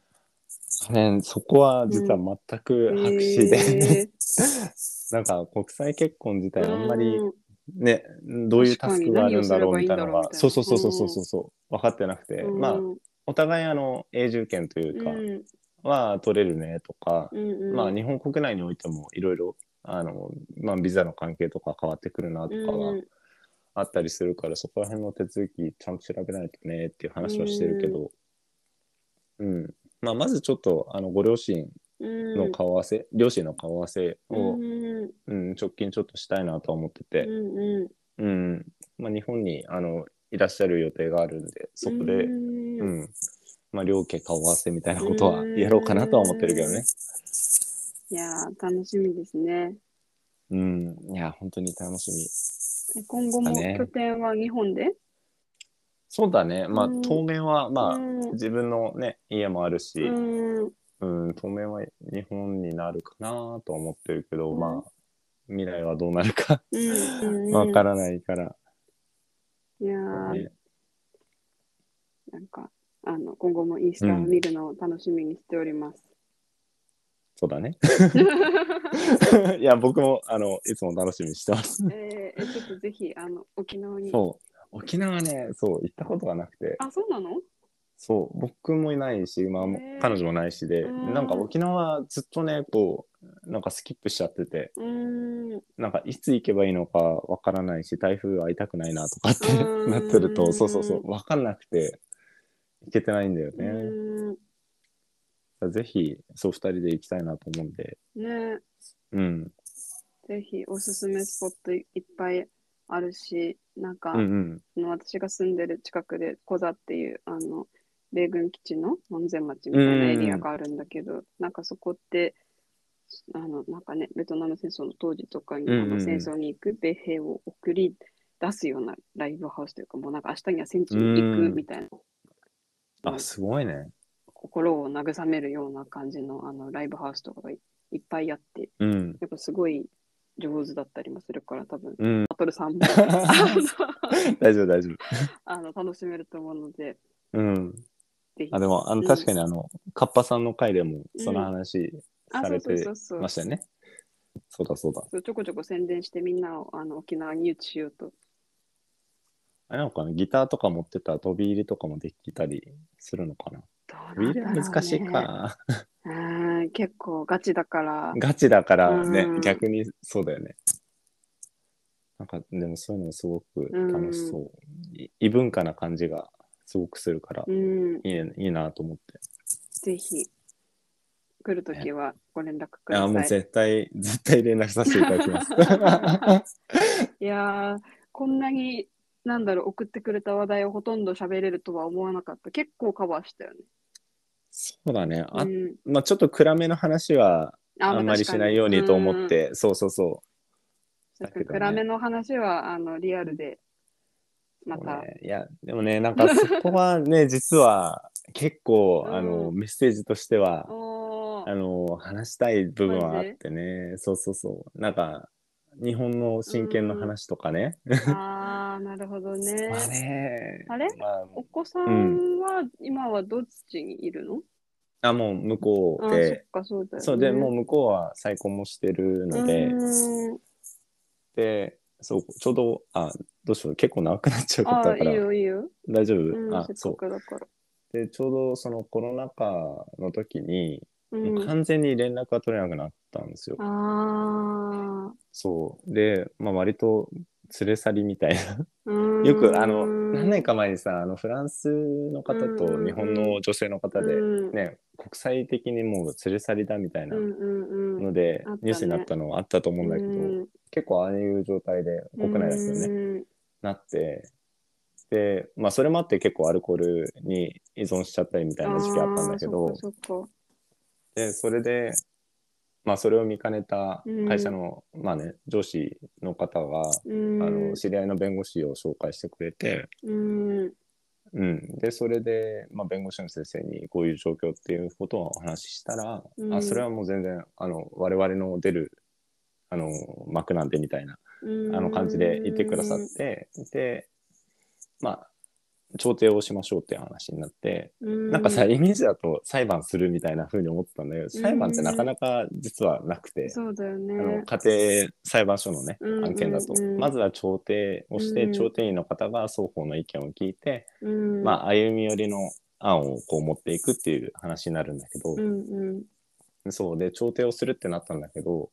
[SPEAKER 2] ね、そこは実は全く白紙で、
[SPEAKER 1] え
[SPEAKER 2] なんか国際結婚自体
[SPEAKER 1] ー
[SPEAKER 2] あんまり
[SPEAKER 1] うん
[SPEAKER 2] ね、どういうタスクがあるんだろうみたいなの
[SPEAKER 1] 確かに何をすればいいんだろう
[SPEAKER 2] が
[SPEAKER 1] みたいな
[SPEAKER 2] そうそうそうそうそうそう分かってなくて、まあ
[SPEAKER 1] うん
[SPEAKER 2] お互いあの永住権というか
[SPEAKER 1] うん
[SPEAKER 2] は取れるねとか、
[SPEAKER 1] うんうん
[SPEAKER 2] まあ日本国内においてもいろいろあの、まあ、ビザの関係とか変わってくるなとか
[SPEAKER 1] う
[SPEAKER 2] が
[SPEAKER 1] ん
[SPEAKER 2] あったりするから、そこら辺の手続きちゃんと調べないとねっていう話はしてるけど、うんまあ、まずちょっとあのご両親
[SPEAKER 1] うん
[SPEAKER 2] の顔合わせ、両親の顔合わせを、
[SPEAKER 1] うんうん
[SPEAKER 2] うん、直近ちょっとしたいなとは思ってて。
[SPEAKER 1] うんうん
[SPEAKER 2] うんまあ、日本にあのいらっしゃる予定があるんでそこで、うん
[SPEAKER 1] うん
[SPEAKER 2] まあ、両家顔合わせみたいなことはやろうかなとは思ってるけどね、
[SPEAKER 1] いやー楽しみですね。
[SPEAKER 2] うん、いや本当に楽しみ
[SPEAKER 1] え今後も
[SPEAKER 2] だね
[SPEAKER 1] 拠点は日本で、
[SPEAKER 2] そうだねまあ
[SPEAKER 1] うん
[SPEAKER 2] 当面はまあ、
[SPEAKER 1] うん
[SPEAKER 2] 自分のね家もあるし、
[SPEAKER 1] うん
[SPEAKER 2] うん当面は日本になるかなとは思ってるけど、
[SPEAKER 1] うん
[SPEAKER 2] まあ未来はどうなるか
[SPEAKER 1] うんうん、
[SPEAKER 2] わからないから、
[SPEAKER 1] いやー
[SPEAKER 2] ね
[SPEAKER 1] なんかあの今後もインスタを見るのを楽しみにしており ます。
[SPEAKER 2] そうだね いや僕もあのいつも楽しみにしてます
[SPEAKER 1] えーえちょっとぜひあの沖縄に。
[SPEAKER 2] そう沖縄ねそう行ったことがなくて
[SPEAKER 1] あそうなの？
[SPEAKER 2] そう僕もいないし、まあ、もう
[SPEAKER 1] へー
[SPEAKER 2] 彼女もないしで
[SPEAKER 1] うん
[SPEAKER 2] なんか沖縄ずっとねこうなんかスキップしちゃってて
[SPEAKER 1] うーん。う
[SPEAKER 2] なんかいつ行けばいいのかわからないし台風会いたくないなとかって
[SPEAKER 1] うん
[SPEAKER 2] なってるとそうそうそうわかんなくて行けてないんだよ
[SPEAKER 1] ー
[SPEAKER 2] ね。
[SPEAKER 1] ん
[SPEAKER 2] ぜひそう2人で行きたいなと思うんで、
[SPEAKER 1] ね
[SPEAKER 2] うん、
[SPEAKER 1] ぜひおすすめスポットいっぱいあるし、なんか、
[SPEAKER 2] うんうん
[SPEAKER 1] その私が住んでる近くでコザっていうあの米軍基地の門前町みたいなエリアがあるんだけど、なんかそこってあのなんかねベトナム戦争の当時とかに、
[SPEAKER 2] うんうん
[SPEAKER 1] あの戦争に行く米兵を送り出すようなライブハウスというかもうなんか明日には戦地に行くみたいな、
[SPEAKER 2] あすごいね。
[SPEAKER 1] 心を慰めるような感じのあのライブハウスとかがいいっぱいあって
[SPEAKER 2] うん
[SPEAKER 1] やっぱすごい上手だったりもするから多分
[SPEAKER 2] うん、
[SPEAKER 1] バトルさんもあの
[SPEAKER 2] 大丈夫大丈夫。
[SPEAKER 1] あの楽しめると思うので
[SPEAKER 2] うん、
[SPEAKER 1] ぜひ
[SPEAKER 2] あでもあの
[SPEAKER 1] うん
[SPEAKER 2] 確かにあの、カッパさんの回でもその話
[SPEAKER 1] あそ
[SPEAKER 2] さ
[SPEAKER 1] う
[SPEAKER 2] れ
[SPEAKER 1] そう
[SPEAKER 2] て
[SPEAKER 1] そうそう
[SPEAKER 2] ましたよね。そうだそうだ。
[SPEAKER 1] そうちょこちょこ宣伝してみんなをあの沖縄に誘致しようと。
[SPEAKER 2] あれなのかなギターとか持ってたら飛び入りとかもできたりするのかな飛び入りは難しいか。
[SPEAKER 1] うーん。結構ガチだから。
[SPEAKER 2] ガチだからね、
[SPEAKER 1] うん
[SPEAKER 2] 逆にそうだよね。なんかでもそういうのすごく楽しそう。い異文化な感じがすごくするから、
[SPEAKER 1] うん。
[SPEAKER 2] いいねいいなと思って。
[SPEAKER 1] ぜひ、来るときはご連絡く
[SPEAKER 2] いや
[SPEAKER 1] だ
[SPEAKER 2] もう
[SPEAKER 1] さい。
[SPEAKER 2] 絶対、絶対連絡させていただ きます。
[SPEAKER 1] いやー、こんなに、なんだろう、送ってくれた話題をほとんど喋れるとは思わなかった。結構カバーしたよね。
[SPEAKER 2] そうだね。あ
[SPEAKER 1] うん、
[SPEAKER 2] まあちょっと暗めの話は
[SPEAKER 1] あ
[SPEAKER 2] あんまりしないようにと思っ。て、そうそうそう。
[SPEAKER 1] まあ確かにうん確かに暗めの話は、あの、リアルで、また。
[SPEAKER 2] ね、いやでもねなんかそこ はね実は結構、あの
[SPEAKER 1] う
[SPEAKER 2] メッセージとしては、
[SPEAKER 1] お
[SPEAKER 2] あ
[SPEAKER 1] ー
[SPEAKER 2] の話したい部分はあ
[SPEAKER 1] マジ
[SPEAKER 2] ってねそうそうそうなんか日本の親権の話とかね、
[SPEAKER 1] あーあ、なるほどね。
[SPEAKER 2] まあね。
[SPEAKER 1] あれ
[SPEAKER 2] まあ、
[SPEAKER 1] お子さんは今はどっちにいるの、
[SPEAKER 2] あもう向こう
[SPEAKER 1] あ、そっ
[SPEAKER 2] で、
[SPEAKER 1] か、そうだよね。
[SPEAKER 2] そうでもう向こうは再婚もしてるので、
[SPEAKER 1] うん
[SPEAKER 2] でそうちょうどあどうしよう結構長くなっちゃうこと
[SPEAKER 1] あ
[SPEAKER 2] だから
[SPEAKER 1] いいよ、いいよ。
[SPEAKER 2] 大丈夫、
[SPEAKER 1] うん、
[SPEAKER 2] あ
[SPEAKER 1] せっ
[SPEAKER 2] そ
[SPEAKER 1] か
[SPEAKER 2] う
[SPEAKER 1] くだから。
[SPEAKER 2] でちょうどそのコロナ禍の時
[SPEAKER 1] う
[SPEAKER 2] に、
[SPEAKER 1] ん
[SPEAKER 2] もう完全に連絡が取れなくなったんですよ。
[SPEAKER 1] あ
[SPEAKER 2] そうで、まあ、割と連れ去りみたいな
[SPEAKER 1] あ。よ
[SPEAKER 2] よくあの何年か前にさあのフランスの方と日本の女性の方で、
[SPEAKER 1] うん、
[SPEAKER 2] ね、国際的にもう連れ去りだみたいな
[SPEAKER 1] うんうんうん。
[SPEAKER 2] ので、
[SPEAKER 1] あったね
[SPEAKER 2] ニュースになったのあったと思うんだけど、結構ああいう状態で国内ですよね、
[SPEAKER 1] ね。
[SPEAKER 2] なってで、まあ、それもあって結構アルコールに依存しちゃったりみたいな時期あったんだけ
[SPEAKER 1] あ
[SPEAKER 2] ど
[SPEAKER 1] ーそっかそっか
[SPEAKER 2] でそれで、まあ、それを見かねた会社の、まあね、上司の方が、
[SPEAKER 1] うん、
[SPEAKER 2] あの知り合いの弁護士を紹介してくれて、
[SPEAKER 1] うん、
[SPEAKER 2] うん、でそれで、まあ、弁護士の先生にこういう状況っていうことをお話ししたら、
[SPEAKER 1] うん
[SPEAKER 2] あそれはもう全然あの我々の出るあの幕なんでみたいな
[SPEAKER 1] うん
[SPEAKER 2] あの感じで言ってくださって、でまあ調停をしましょうっていう話になって、
[SPEAKER 1] うん、
[SPEAKER 2] なんかさイメージだと裁判するみたいな風に思ってたんだけど、裁判ってなかなか実はなくて、
[SPEAKER 1] そうだよね。
[SPEAKER 2] あの家庭裁判所のね、
[SPEAKER 1] うん
[SPEAKER 2] 案件だと、
[SPEAKER 1] うんうん
[SPEAKER 2] まずは調停をして、
[SPEAKER 1] うん
[SPEAKER 2] 調停員の方が双方の意見を聞いて、
[SPEAKER 1] うん、
[SPEAKER 2] まあ歩み寄りの案をこう持っていくっていう話になるんだけど、
[SPEAKER 1] うんうん
[SPEAKER 2] そうで調停をするってなったんだけど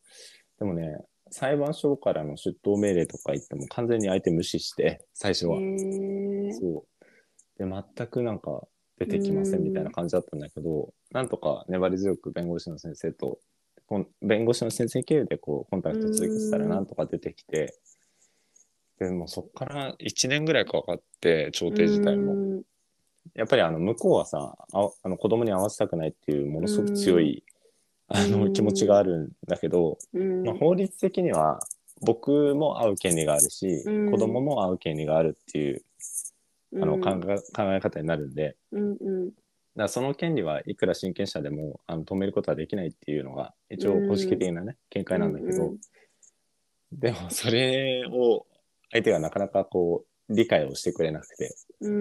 [SPEAKER 2] でもね裁判所からの出頭命令とか言っても完全に相手無視して最初は、
[SPEAKER 1] へえ
[SPEAKER 2] そうで全くなんか出てきませんみたいな感じだったんだけど、なんとか粘り強く弁護士の先生とこん弁護士の先生経由でこうコンタクト続けてたら
[SPEAKER 1] うん
[SPEAKER 2] なんとか出てきて、でもうそっから1年ぐらいかかって調停自体も、
[SPEAKER 1] うん
[SPEAKER 2] やっぱりあの向こうはさああの子供に会わせたくないっていうものすごく強い、あ
[SPEAKER 1] う
[SPEAKER 2] の
[SPEAKER 1] ん
[SPEAKER 2] 気持ちがあるんだけど、
[SPEAKER 1] うん
[SPEAKER 2] まあ、法律的には僕も会う権利があるし、
[SPEAKER 1] うん
[SPEAKER 2] 子供も会う権利があるっていうあの考え,、考え方になるんで
[SPEAKER 1] うんうん
[SPEAKER 2] だからその権利はいくら親権者でもあの止めることはできないっていうのが一応公式的なね、見解なんだけど、
[SPEAKER 1] うん
[SPEAKER 2] でもそれを相手がなかなかこう理解をしてくれなくて、
[SPEAKER 1] うんう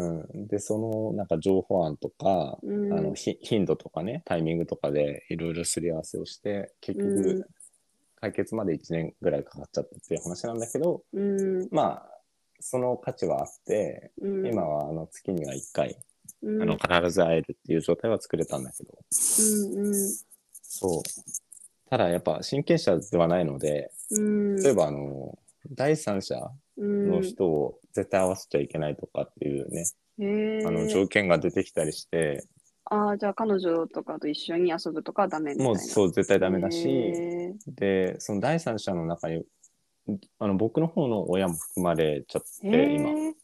[SPEAKER 1] ん
[SPEAKER 2] うん、でそのなんか情報案とか
[SPEAKER 1] うん
[SPEAKER 2] あのひ頻度とかねタイミングとかでいろいろすり合わせをして結
[SPEAKER 1] うん
[SPEAKER 2] 局解決まで1年ぐらいかかっちゃったっていう話なんだけど、
[SPEAKER 1] うん
[SPEAKER 2] まあその価値はあって
[SPEAKER 1] うん、
[SPEAKER 2] 今はあの月には1回、
[SPEAKER 1] うん、
[SPEAKER 2] あの必ず会えるっていう状態は作れたんだけど
[SPEAKER 1] うんうん
[SPEAKER 2] そうただやっぱ親権者ではないので
[SPEAKER 1] うん、
[SPEAKER 2] 例えばあの第三者
[SPEAKER 1] の
[SPEAKER 2] の人を絶対合わせちゃいけないとかっていうね、
[SPEAKER 1] へえ
[SPEAKER 2] あの条件が出てきたりして
[SPEAKER 1] ああじゃあ彼女とかと一緒に遊ぶとかはダメみたいな
[SPEAKER 2] もう
[SPEAKER 1] う
[SPEAKER 2] そう絶対ダメだし。
[SPEAKER 1] へ
[SPEAKER 2] でその第三者の中にあの僕の方の親も含まれちゃって
[SPEAKER 1] え
[SPEAKER 2] 今
[SPEAKER 1] へえ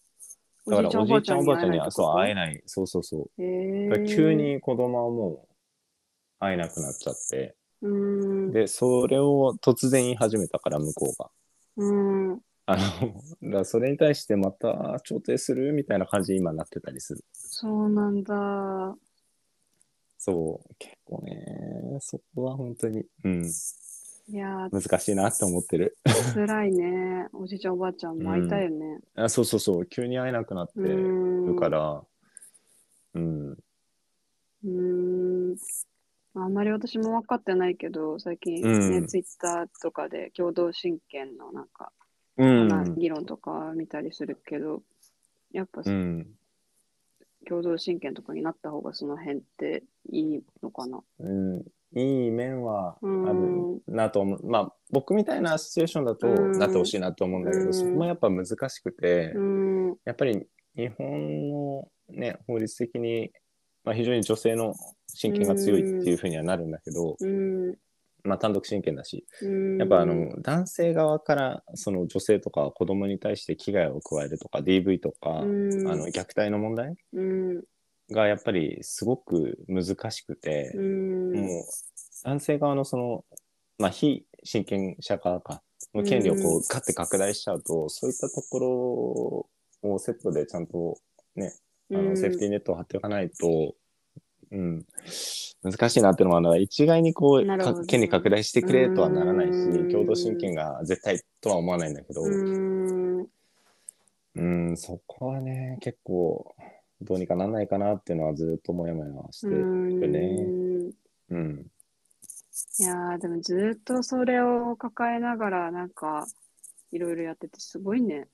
[SPEAKER 2] だからおじいちゃんおばあちゃんに
[SPEAKER 1] は
[SPEAKER 2] そう会えないそうそうそう
[SPEAKER 1] えへえ
[SPEAKER 2] だから急に子供はもう会えなくなっちゃって
[SPEAKER 1] うん
[SPEAKER 2] でそれを突然言い始めたから向こうが
[SPEAKER 1] うん
[SPEAKER 2] あの だからそれに対してまた調停するみたいな感じに今なってたりする
[SPEAKER 1] そうなんだ
[SPEAKER 2] そう結構ねそこは本当にうん
[SPEAKER 1] いやー
[SPEAKER 2] 難しいなって思ってる
[SPEAKER 1] 辛いねおじいちゃんおばあちゃんも会いたいよね
[SPEAKER 2] あそうそうそう急に会えなくなって
[SPEAKER 1] う
[SPEAKER 2] る
[SPEAKER 1] ん
[SPEAKER 2] からうん
[SPEAKER 1] うーんあんまり私も分かってないけど最近ね、
[SPEAKER 2] うん
[SPEAKER 1] ツイッターとかで共同親権のなんか、
[SPEAKER 2] うん
[SPEAKER 1] まあ議論とか見たりするけどやっぱ
[SPEAKER 2] うん、
[SPEAKER 1] 共同親権とかになった方がその辺っていいのかな。
[SPEAKER 2] うん、いい面はあ
[SPEAKER 1] うん
[SPEAKER 2] るなと思う、まあ僕みたいなシチュエーションだと
[SPEAKER 1] うん
[SPEAKER 2] なってほしいなと思うんだけど、
[SPEAKER 1] うん
[SPEAKER 2] そこもやっぱ難しくて、
[SPEAKER 1] うん
[SPEAKER 2] やっぱり日本の、ね、法律的に、まあ、非常に女性の親権が強いっていうふうにはなるんだけど、
[SPEAKER 1] うん
[SPEAKER 2] まあ、単独親権だし
[SPEAKER 1] うん、
[SPEAKER 2] やっぱあの男性側からその女性とか子供に対して危害を加えるとか DV とか、
[SPEAKER 1] うん
[SPEAKER 2] あの虐待の問題
[SPEAKER 1] うん
[SPEAKER 2] がやっぱりすごく難しくて。
[SPEAKER 1] うん
[SPEAKER 2] もう男性側のその、まあ、非親権者側かの権利をこ
[SPEAKER 1] うん
[SPEAKER 2] うガッて拡大しちゃうと、そういったところをセットでちゃんとあのセーフティーネットを張っておかないと、うん、難しいなっていうのもあるのは一概にこう、
[SPEAKER 1] なるほど
[SPEAKER 2] か権利拡大してくれとはならないし
[SPEAKER 1] うん
[SPEAKER 2] 共同親権が絶対とは思わないんだけど、
[SPEAKER 1] うん
[SPEAKER 2] うん、そこはね、結構、どうにかならないかなっていうのはずっともやもやして
[SPEAKER 1] う
[SPEAKER 2] る。
[SPEAKER 1] ん。
[SPEAKER 2] うん。
[SPEAKER 1] いやーでもずっとそれを抱えながらなんかいろいろやっててすごいね。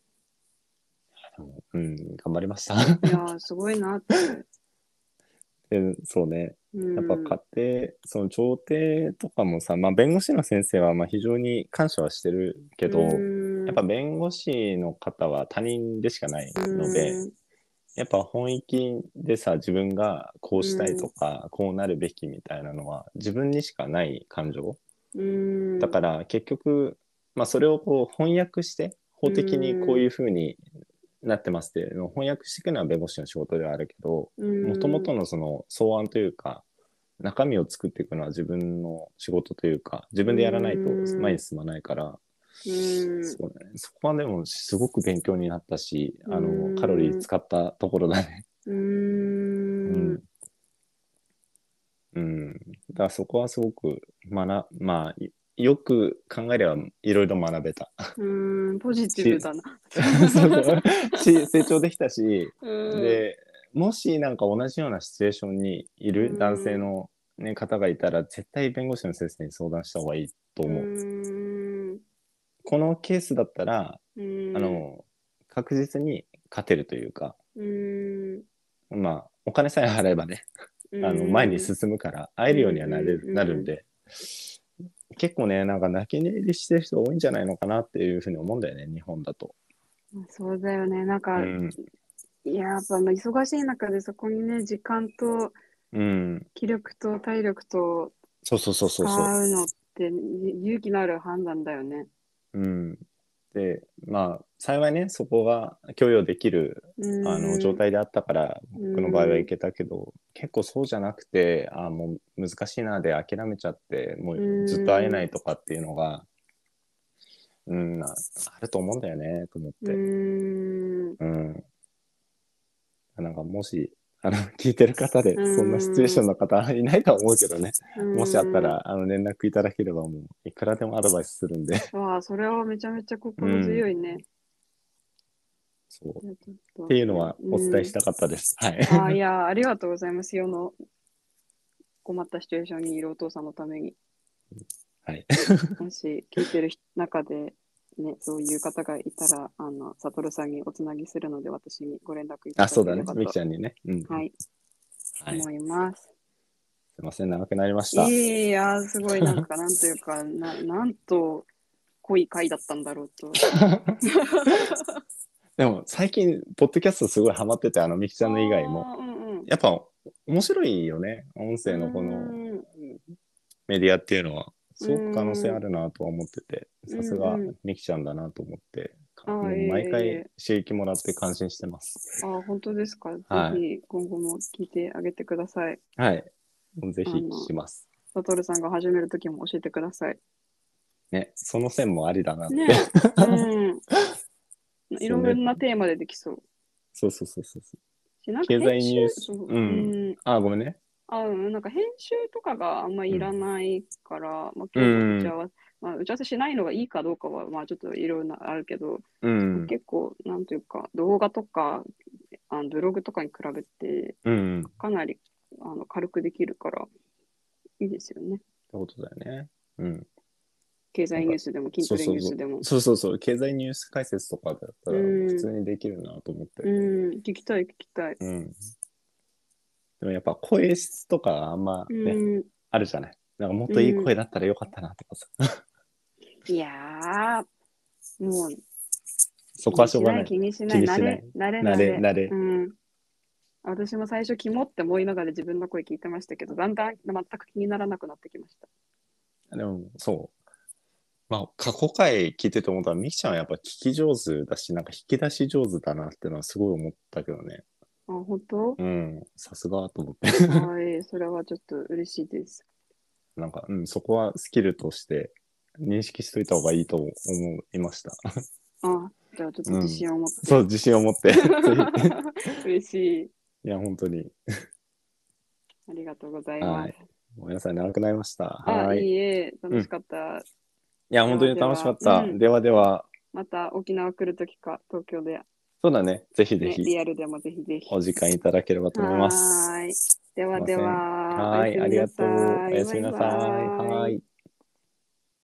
[SPEAKER 2] うん、頑張りました。
[SPEAKER 1] い やーすごいなって。
[SPEAKER 2] でそうね。
[SPEAKER 1] うん、
[SPEAKER 2] やっぱ家庭、その調停とかもさ、まあ、弁護士の先生はまあ非常に感謝はしてるけど、
[SPEAKER 1] うん
[SPEAKER 2] やっぱ弁護士の方は他人でしかないので、
[SPEAKER 1] うん
[SPEAKER 2] やっぱ本域でさ自分がこうしたいとか、こうなるべきみたいなのは自分にしかない感情
[SPEAKER 1] うん、
[SPEAKER 2] だから結局、まあ、それをこう翻訳して法的にこういうふうになってますっていうのを翻訳していくのは弁護士の仕事ではあるけど
[SPEAKER 1] ら
[SPEAKER 2] もともとのその草案というか中身を作っていくのは自分の仕事というか自分でやらないと
[SPEAKER 1] うん
[SPEAKER 2] 前に進まないから、
[SPEAKER 1] うん
[SPEAKER 2] そうだね、そこはでもすごく勉強になったしあ
[SPEAKER 1] うん
[SPEAKER 2] のカロリー使ったところだね。
[SPEAKER 1] う
[SPEAKER 2] うん
[SPEAKER 1] ん、
[SPEAKER 2] うん、だからそこはすごく学まあいよく考えればいろいろ学 べた
[SPEAKER 1] うん、ポジティブだな。
[SPEAKER 2] そうし成長できたし、
[SPEAKER 1] うん、
[SPEAKER 2] でもしなんか同じようなシチュエーションにいる男性の、ね方がいたら絶対弁護士の先生に相談した方がいいと思う、
[SPEAKER 1] うん
[SPEAKER 2] このケースだったら、
[SPEAKER 1] うん、
[SPEAKER 2] あの確実に勝てるというか
[SPEAKER 1] うん、
[SPEAKER 2] まあお金さえ払えばね
[SPEAKER 1] うん、
[SPEAKER 2] あの前に進むから会えるようにはなれ
[SPEAKER 1] うんうんう
[SPEAKER 2] る
[SPEAKER 1] ん
[SPEAKER 2] なるんで結構ねなんか泣き寝入りしてる人多いんじゃないのかなっていうふうに思うんだよね日本だと。
[SPEAKER 1] そうだよね。なん
[SPEAKER 2] う
[SPEAKER 1] か、
[SPEAKER 2] ん
[SPEAKER 1] いややっぱまあ忙しい中でそこにね時間と
[SPEAKER 2] うん、
[SPEAKER 1] 気力と体力と
[SPEAKER 2] そうそうそう
[SPEAKER 1] 使
[SPEAKER 2] そうそう。
[SPEAKER 1] うのって勇気のある判断だよね。
[SPEAKER 2] うん、でまあ幸いねそこが許容できる
[SPEAKER 1] うん
[SPEAKER 2] あの状態であったから
[SPEAKER 1] うん
[SPEAKER 2] 僕の場合はいけたけど結構そうじゃなくてあーもう難しいなで諦めちゃっても
[SPEAKER 1] うん
[SPEAKER 2] うずっと会えないとかっていうのが、うん、ああると思うんだよねと思って。
[SPEAKER 1] うん
[SPEAKER 2] うん。なんかもし、あの、聞いてる方で、
[SPEAKER 1] うん
[SPEAKER 2] そんなシチュエーションの方いないとは思うけどね、
[SPEAKER 1] うん
[SPEAKER 2] もしあったら、あの、連絡いただければ、もう、いくらでもアドバイスす るんで、
[SPEAKER 1] わあそれはめちゃめちゃ心強いね。
[SPEAKER 2] そう。
[SPEAKER 1] いやちょと
[SPEAKER 2] っていうのはお伝えしたかったです。はい。
[SPEAKER 1] う んあーいやありがとうございます世の困ったシチュエーションにいるお父さんのため に
[SPEAKER 2] はい。
[SPEAKER 1] もし聞いてる人中で、ね、そういう方がいたらあのサトルさんにおつなぎするので私にご連絡いた
[SPEAKER 2] あ、
[SPEAKER 1] だ
[SPEAKER 2] そ
[SPEAKER 1] け
[SPEAKER 2] うだ
[SPEAKER 1] れ
[SPEAKER 2] ね
[SPEAKER 1] ば。と、
[SPEAKER 2] みきちゃんにね。うん。。
[SPEAKER 1] はいい、
[SPEAKER 2] はい、す
[SPEAKER 1] 思います。
[SPEAKER 2] いません、長くなりました。
[SPEAKER 1] いえいやすごいなんかなんというかななんと濃い回だったんだろうと。
[SPEAKER 2] でも、最近、ポッドキャストすごいハマってて、あの、みきちゃんの以外も。
[SPEAKER 1] あー。うんうん。
[SPEAKER 2] やっぱ、面白いよね。音声のこの
[SPEAKER 1] うん
[SPEAKER 2] メディアっていうのは、すごく可能性あるなとは思ってて、
[SPEAKER 1] うん
[SPEAKER 2] さすが
[SPEAKER 1] うんうん
[SPEAKER 2] みきちゃんだなと思って、
[SPEAKER 1] あー
[SPEAKER 2] もう
[SPEAKER 1] いえいえ
[SPEAKER 2] 毎回刺激もらって感心してます。
[SPEAKER 1] あー本当ですか。ぜ
[SPEAKER 2] はい
[SPEAKER 1] ひ今後も聞いてあげてください。
[SPEAKER 2] はい。ぜひ
[SPEAKER 1] あの
[SPEAKER 2] 聞きます。
[SPEAKER 1] サトルさんが始める時も教えてください。
[SPEAKER 2] ね、その線もありだなって。
[SPEAKER 1] ねえ。うん。いろんなテーマでできそう。
[SPEAKER 2] そうそうそうそうそう。
[SPEAKER 1] しなんか編集
[SPEAKER 2] 経済ニュース
[SPEAKER 1] そう
[SPEAKER 2] うん
[SPEAKER 1] うん
[SPEAKER 2] あー、ごめんね。
[SPEAKER 1] あうん、なんか編集とかがあんまいらないから、まあ、
[SPEAKER 2] う
[SPEAKER 1] 今日の
[SPEAKER 2] ん
[SPEAKER 1] 打ち合わせ、まあ、打ち合わせしないのがいいかどうかは、まあ、ちょっといろいろあるけど、
[SPEAKER 2] うん。
[SPEAKER 1] 結構、なんというか、動画とかあのブログとかに比べて、
[SPEAKER 2] うん。って
[SPEAKER 1] かなりあの軽くできるから、いいですよね。
[SPEAKER 2] ことだよね。うん。
[SPEAKER 1] 経済ニュースでも、筋トレニュースでも。
[SPEAKER 2] そうそうそう。経済ニュース解説とかだったら、
[SPEAKER 1] うん
[SPEAKER 2] 普通にできるなと思って。
[SPEAKER 1] うん、聞きたい、聞きたい。
[SPEAKER 2] うんでもやっぱ声質とかあんま
[SPEAKER 1] う
[SPEAKER 2] ね、
[SPEAKER 1] ん、
[SPEAKER 2] あるじゃない。なんかもっといい声だったらよかったなとかさ。
[SPEAKER 1] いやー、もう、
[SPEAKER 2] そこはしょうがない。
[SPEAKER 1] 気にしない、
[SPEAKER 2] 気
[SPEAKER 1] 気
[SPEAKER 2] に
[SPEAKER 1] に
[SPEAKER 2] し
[SPEAKER 1] し
[SPEAKER 2] な
[SPEAKER 1] ないい。慣れ、慣
[SPEAKER 2] 慣
[SPEAKER 1] れ、
[SPEAKER 2] れ
[SPEAKER 1] 慣れ。
[SPEAKER 2] 慣れ、
[SPEAKER 1] うん。私も最初、キモって思いながら自分の声聞いてましたけど、だんだん全く気にならなくなってきました。
[SPEAKER 2] でもそうまあ過去回聞いてて思ったらみきちゃんはやっぱ聞き上手だしなんか引き出し上手だなってのはすごい思ったけどね
[SPEAKER 1] あ、本 当
[SPEAKER 2] うんさすがと思って
[SPEAKER 1] はい、それはちょっと嬉しいです。
[SPEAKER 2] なんか、うん、そこはスキルとして認識しといた方がいいと思いました
[SPEAKER 1] あ、じゃあちょっと自信を持って。
[SPEAKER 2] そう自信を持って
[SPEAKER 1] 嬉しい。
[SPEAKER 2] いや本当に
[SPEAKER 1] ありがとうございます。
[SPEAKER 2] ごめんなさい長くなりました
[SPEAKER 1] あ、
[SPEAKER 2] はい
[SPEAKER 1] い
[SPEAKER 2] いい
[SPEAKER 1] え、楽しかった。
[SPEAKER 2] や本当に楽しかった
[SPEAKER 1] では
[SPEAKER 2] ではでは
[SPEAKER 1] また沖縄来るときか、東京で
[SPEAKER 2] そうだね。ぜひぜ
[SPEAKER 1] ね、
[SPEAKER 2] ひ
[SPEAKER 1] リアルでもぜひぜひ。
[SPEAKER 2] お時間いただければと思います。
[SPEAKER 1] はーい。ではでは。
[SPEAKER 2] はい、ありがとう。おやすみなさい。
[SPEAKER 1] バイバイ
[SPEAKER 2] はい。